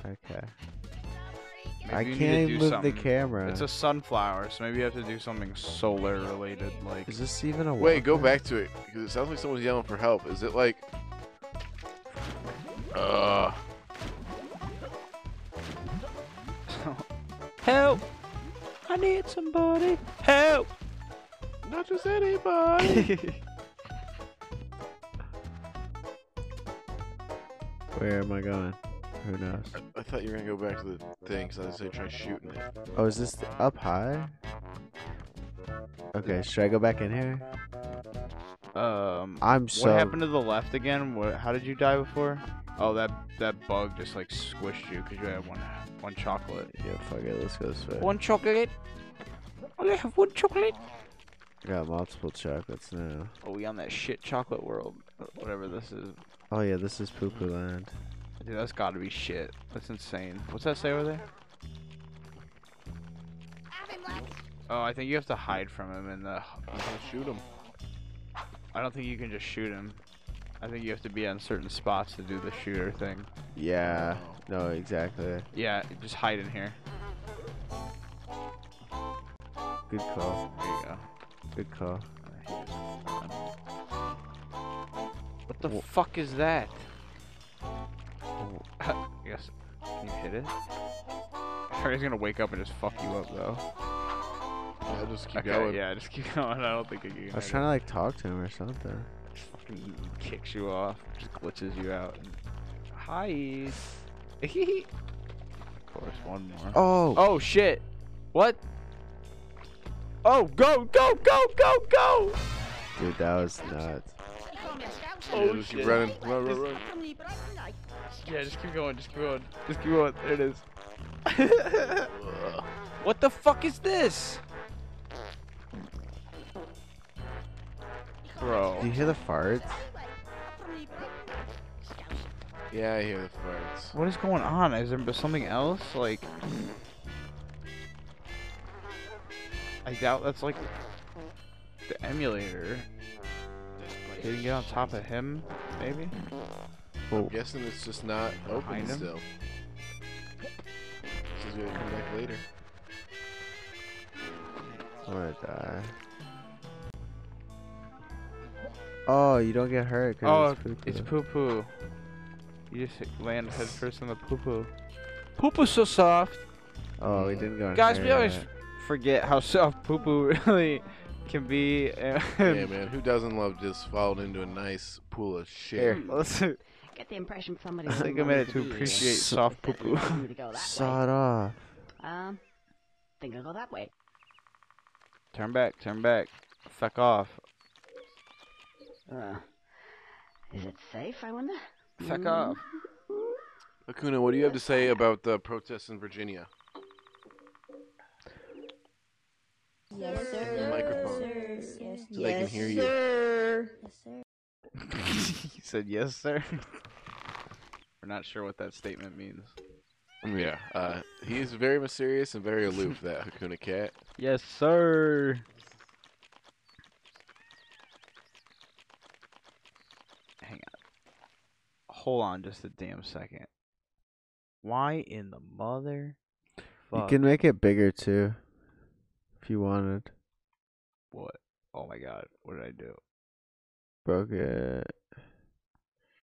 Okay.
Maybe
I
you need to
can't
do
even move
something.
the camera.
It's a sunflower, so maybe you have to do something solar related, like.
Is this even a
Wait, go
walker?
back to it because it sounds like someone's yelling for help. Is it like? Uh,
Help! I need somebody. Help!
not just anybody.
Where am I going? Who knows?
I thought you were gonna go back to the thing because I was gonna say try shooting it.
Oh, is this th- up high? Okay, should I go back in here?
Um,
I'm
what
so.
happened to the left again? What, how did you die before? Oh, that that bug just like squished you because you had one one chocolate.
Yeah, fuck it, let's go this way.
One chocolate. Only have one chocolate.
I got multiple chocolates now.
Oh, we on that shit chocolate world. Whatever this is,
Oh yeah, this is poo poo land.
dude. That's gotta be shit. That's insane. What's that say over there? Oh, I think you have to hide from him in the
I'm gonna shoot him.
I don't think you can just shoot him. I think you have to be on certain spots to do the shooter thing.
Yeah, no, exactly.
Yeah, just hide in here.
Good call.
There you go.
Good call.
What the fuck is that? I guess. Can you hit it? He's gonna wake up and just fuck you up though.
I'll just keep
Okay,
going.
Yeah, just keep going. I don't think you can.
I was trying to like talk to him or something.
Just fucking kicks you off, just glitches you out. Hi. of course, one more.
Oh,
Oh shit! What? Oh, go, go, go, go, go!
dude, that was nuts. Oh,
Yeah, just keep running. Oh, Run, run, run.
Yeah, just keep going, just keep going, just keep going. There it is. what the fuck is this?
Do
Bro,
you hear the farts?
Yeah, I hear the farts.
what is going on? Is there something else? Like, I doubt that's like the emulator. Did you get on top of him? Maybe.
I'm guessing it's just not open
Behind him?
still. This is gonna come back later.
I'm gonna die. Oh, you don't get hurt. 'cause
Oh,
it's poo
it's poo poo. You just land head first in the poo poo. Poo poo's so soft.
Oh, we didn't go. in
Guys,
here
we always
yet.
forget how soft poo poo really can be. and-
yeah, man, who doesn't love just falling into a nice pool of shit?
Here, let's
Get the impression somebody.
let's take
didn't
a
want me
minute to
be
appreciate
here.
soft poo
Certainly
poo.
wanted me to go that way.
Saw it off.
Um, think I'll go that way.
Turn back, turn back. Fuck off.
Uh, is it safe? I wonder.
Fuck off.
Akuna, what do you have to say about the protests in Virginia? Yes, sir. Microphone. So they can hear you.
he said yes, sir. We're not sure what that statement means.
Yeah. Uh, he's very mysterious and very aloof, that Hakuna cat.
Yes, sir. Hang on. Hold on just a damn second. Why in the mother?
You can make it bigger too, if you wanted.
what? Oh my god, what did I do?
Broke it.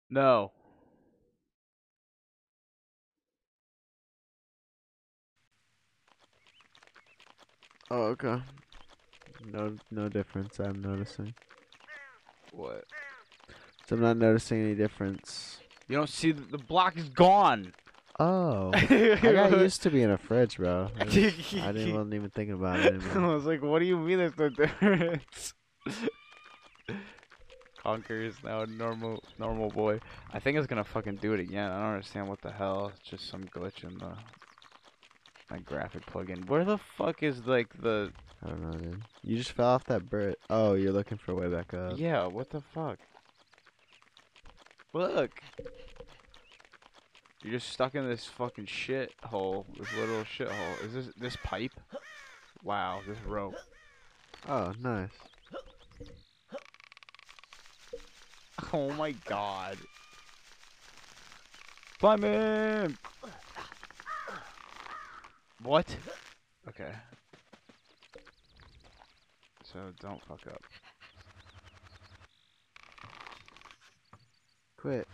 No.
Oh, okay. No, no difference. I'm noticing.
What?
So I'm not noticing any difference.
You don't see th- the block is gone.
Oh, I got used to being a fridge, bro. I, didn't- I didn't wasn't even thinking about it.
I
Anymore.
was like, what do you mean there's no difference? Conquer is now a normal normal boy. I think it's gonna fucking do it again. I don't understand what the hell. It's just some glitch in the my graphic plugin. Where the fuck is like the
I don't know, dude. You just fell off that bird. Oh, you're looking for a way back up.
Yeah, what the fuck? Look. You're just stuck in this fucking shit hole. This little shit hole. Is this this pipe? Wow, this rope.
Oh, nice.
Oh my god. Climb in! What? Okay. So don't fuck up.
Quit.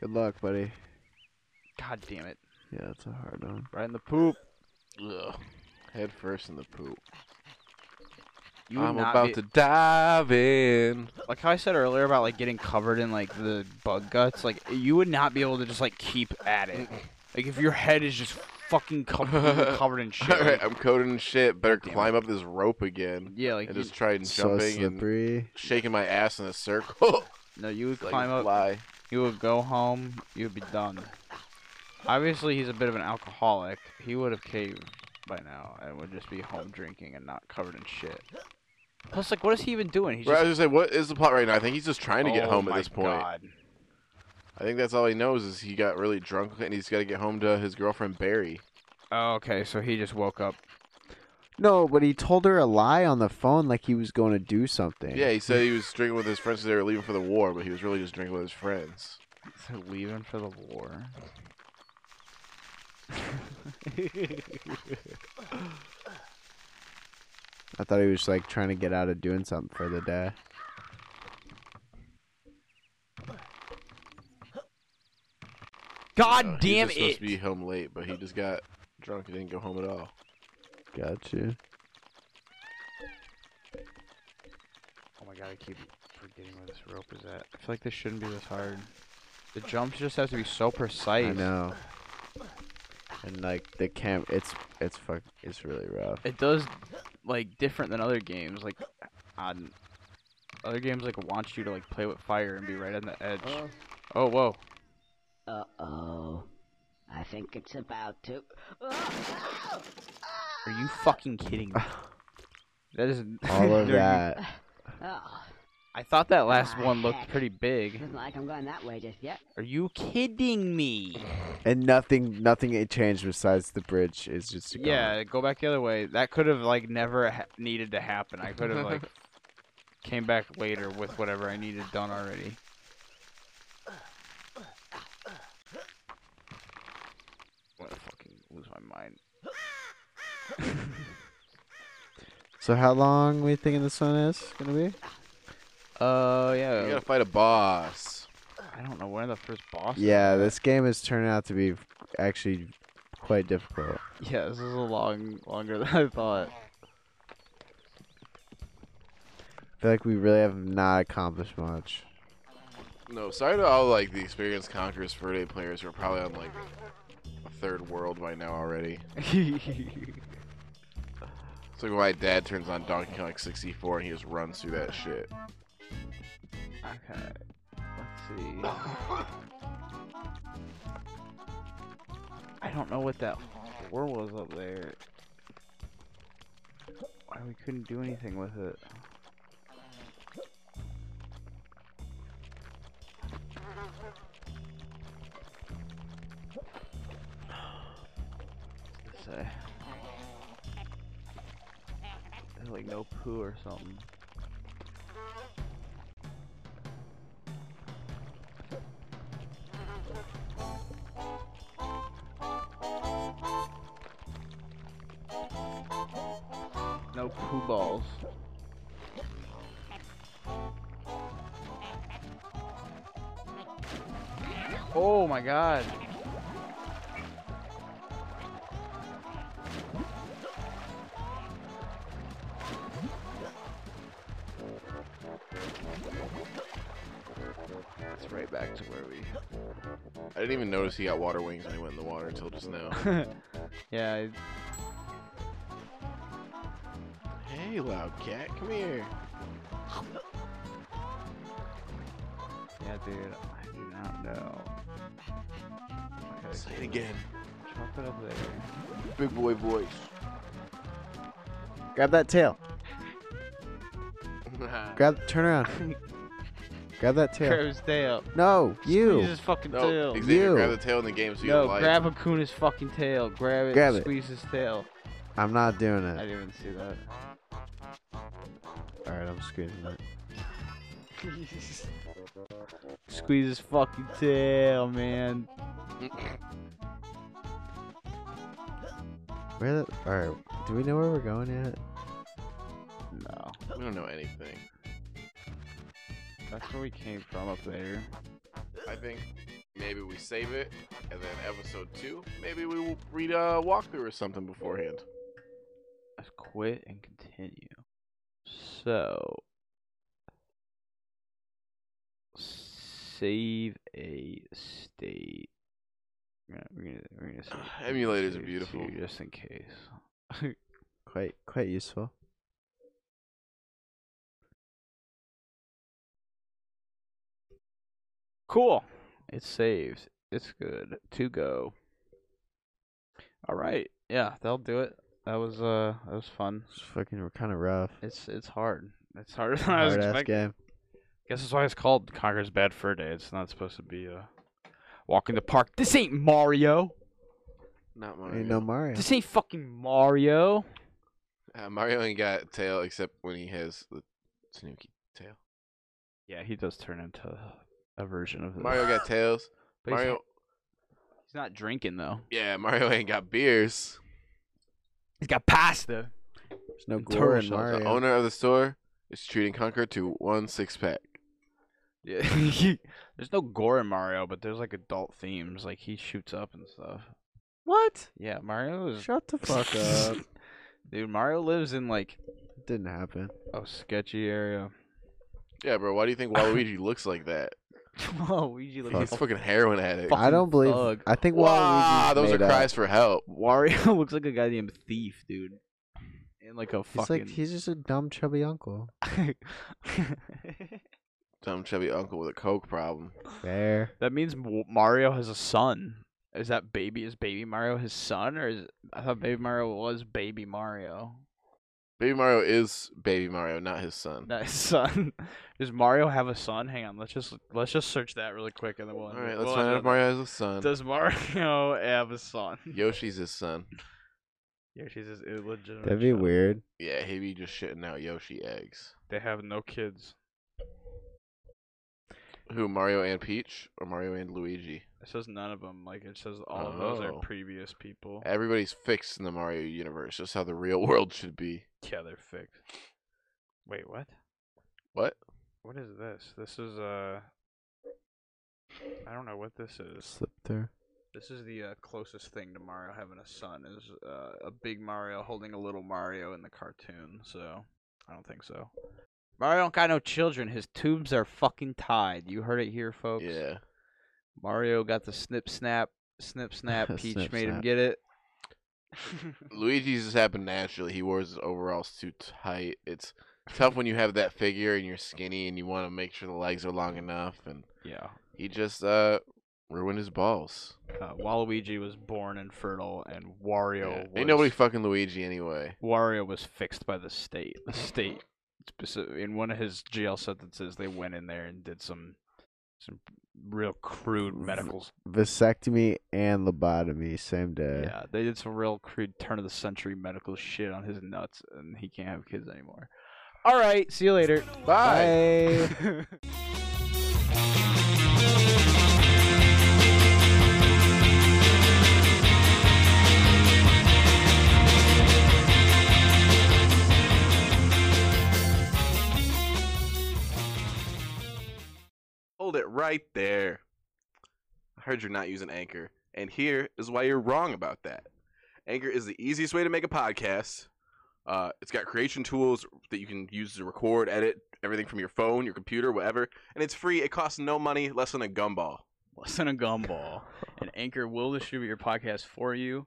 Good luck, buddy.
God damn it.
Yeah, that's a hard one.
Right in the poop.
Ugh. Head first in the poop.
You would
I'm
not
about
be-
to dive in.
Like how I said earlier about like getting covered in like the bug guts, like you would not be able to just like keep at it. Like if your head is just fucking completely covered in shit.
All right,
like-
I'm coated in shit. Better climb up this rope again.
Yeah, like
and
you-
just try and
So
jumping and
slippery.
shaking my ass in a circle.
no, you would
like
climb
a
up.
fly.
You would go home. You would be done. Obviously, he's a bit of an alcoholic. He would have caved by now and would just be home drinking and not covered in shit. Plus, like, what is he even doing? He's
Right, I
just
was gonna say, what is the plot right now? I think he's just trying to get
Oh
home at
my
this point.
God.
I think that's all he knows is he got really drunk and he's got to get home to his girlfriend Barry.
Oh, okay, so he just woke up.
No, but he told her a lie on the phone, like he was going to do something.
Yeah, he said he was drinking with his friends 'cause they were leaving for the war, but he was really just drinking with his friends.
So leaving for the war.
I thought he was like trying to get out of doing something for the day.
God
Uh, he was
damn
just supposed
it!
to be home late, but he just got drunk and didn't go home at all.
Got you.
Oh my god, I keep forgetting where this rope is at. I feel like this shouldn't be this hard. The jumps just have to be so precise.
I know. And like the camp, it's it's fuck, it's really rough.
It does like different than other games. Like on other games, like want you to like play with fire and be right on the edge.
Oh.
Oh whoa!
Uh oh. I think it's about to. Oh,
Are you fucking kidding me? that is
All of
there you-
that.
Oh,
I thought that last one looked pretty big.
doesn't like I'm going that way just yet.
Are you kidding me?
and nothing nothing had changed besides the bridge is just gone.
Yeah, go back the other way. That could have like never ha- needed to happen. I could have like came back later with whatever I needed done already. I'm gonna fucking lose my mind.
so how long we thinking this one is gonna be
Oh uh,
You
yeah,
gotta fight a boss.
I don't know when the first boss. is.
yeah this game has turned out to be actually quite difficult
Yeah, this is a long longer than I thought.
i feel like we really have not accomplished much
No, sorry to all like the experienced Conquerors Fur Day players who are probably on like a third world by now already. It's like when my dad turns on Donkey Kong 64 and he just runs through that shit.
Okay. Let's see. I don't know what that floor was up there. Why we couldn't do anything with it. Let's say. There's like no poo or something. No poo balls. Oh my god.
it's right back to where we.
I didn't even notice he got water wings when he went in the water until just now.
yeah. I-
hey, loud cat, come here.
Yeah, dude, I do not know.
Say it again.
Chop it up there.
Big boy voice.
Grab that tail. Grab. Turn around. Grab that tail.
Grab his tail.
No, you.
Squeeze his fucking
No,
tail.
Xavier,
You.
grab the tail in the game so you
No,
don't lie.
grab Akuna's fucking tail. Grab it.
Grab it.
squeeze his tail.
I'm not doing
I
it.
didn't even see that.
All right, I'm squeezing it.
Squeeze his fucking tail, man.
Where the? All right. Do we know where we're going yet?
No,
we don't know anything.
that's where we came from up there.
I think maybe we save it, and then episode two, maybe we will read a walkthrough or something beforehand.
Let's quit and continue. So, save a state. We're gonna, we're gonna, we're gonna save a
Emulators are
state too,
beautiful.
just in case.
Quite, quite useful.
Cool. It's saved. It's good to go. All right. Yeah, that'll do it. That was uh, that was fun.
It's fucking kind of rough.
It's it's hard. It's harder than I was
Hard ass
expecting.
game.
Guess that's why it's called Conquer's Bad Fur Day. It's not supposed to be a walk in the park. This ain't Mario.
Not Mario.
Ain't no Mario.
This ain't fucking Mario.
Uh, Mario ain't got a tail except when he has the Snooki tail.
Yeah, he does turn into a version of this.
Mario got tails.
But he's-
Mario,
He's not drinking though.
yeah, Mario ain't got beers.
He's got pasta.
There's no
And
gore in
turtles,
The
Mario.
owner of the store is treating Conquer to one six pack.
Yeah. there's no gore in Mario, but there's like adult themes. Like he shoots up and stuff.
What?
Yeah, Mario is.
Shut the fuck up.
Dude, Mario lives in like
Didn't happen.
a sketchy area.
Yeah, bro. Why do you think Waluigi looks like that?
Whoa, Luigi
He's
looks
a
like
fucking heroin addict.
Fuck.
I don't believe.
thug.
I think
Wow,
Waluigi's
Ah, those are
made up.
cries for help.
a, Wario looks like a goddamn thief, dude. And like a
He's
fucking.
like he's just a dumb chubby uncle.
Dumb chubby uncle with a coke problem.
Fair.
that means Wa- Mario has a son. Is that baby? Is baby Mario his son, or is I thought baby Mario was baby Mario?
Baby Mario is Baby Mario, not his son.
That son. Does Mario have a son? Hang on, let's just let's just search that really quick, and then we'll.
All
end
right,
it.
let's
We'll
find
end
out
it.
if Mario has a son.
Does Mario have a son?
Yoshi's his son.
Yeah, she's his illegitimate.
That'd be
child.
weird.
Yeah, he be just shitting out Yoshi eggs.
They have no kids.
Who Mario and Peach or Mario and Luigi?
It says none of them. Like it says all of those
Oh.
are previous people.
Everybody's fixed in the Mario universe. Just how the real world should be.
Yeah, they're fixed. Wait, what?
What?
What is this? This is uh. I don't know what this is.
Slip through.
This is the uh, closest thing to Mario having a son is uh, a big Mario holding a little Mario in the cartoon. So I don't think so. Mario don't got no children. His tubes are fucking tied. You heard it here, folks.
Yeah.
Mario got the snip snap, snip snap. Peach
Snip
made him
snap.
get it.
Luigi's just happened naturally. He wears his overalls too tight. It's tough when you have that figure and you're skinny and you want to make sure the legs are long enough. And
yeah.
he just uh ruined his balls.
Uh, Waluigi was born infertile, and Wario.
Yeah.
Was...
Ain't nobody fucking Luigi anyway.
Wario was fixed by the state. The state, specific, in one of his jail sentences, they went in there and did some some real crude medicals.
Vasectomy and lobotomy same day.
Yeah, they did some real crude turn of the century medical shit on his nuts, and he can't have kids anymore. All right, see you later.
Bye.
Hold it right there. I heard you're not using Anchor, and here is why you're wrong about that. Anchor is the easiest way to make a podcast. Uh, it's got creation tools that you can use to record, edit, everything from your phone, your computer, whatever, and it's free. It costs no money, less than a gumball.
Less than a gumball. and Anchor will distribute your podcast for you.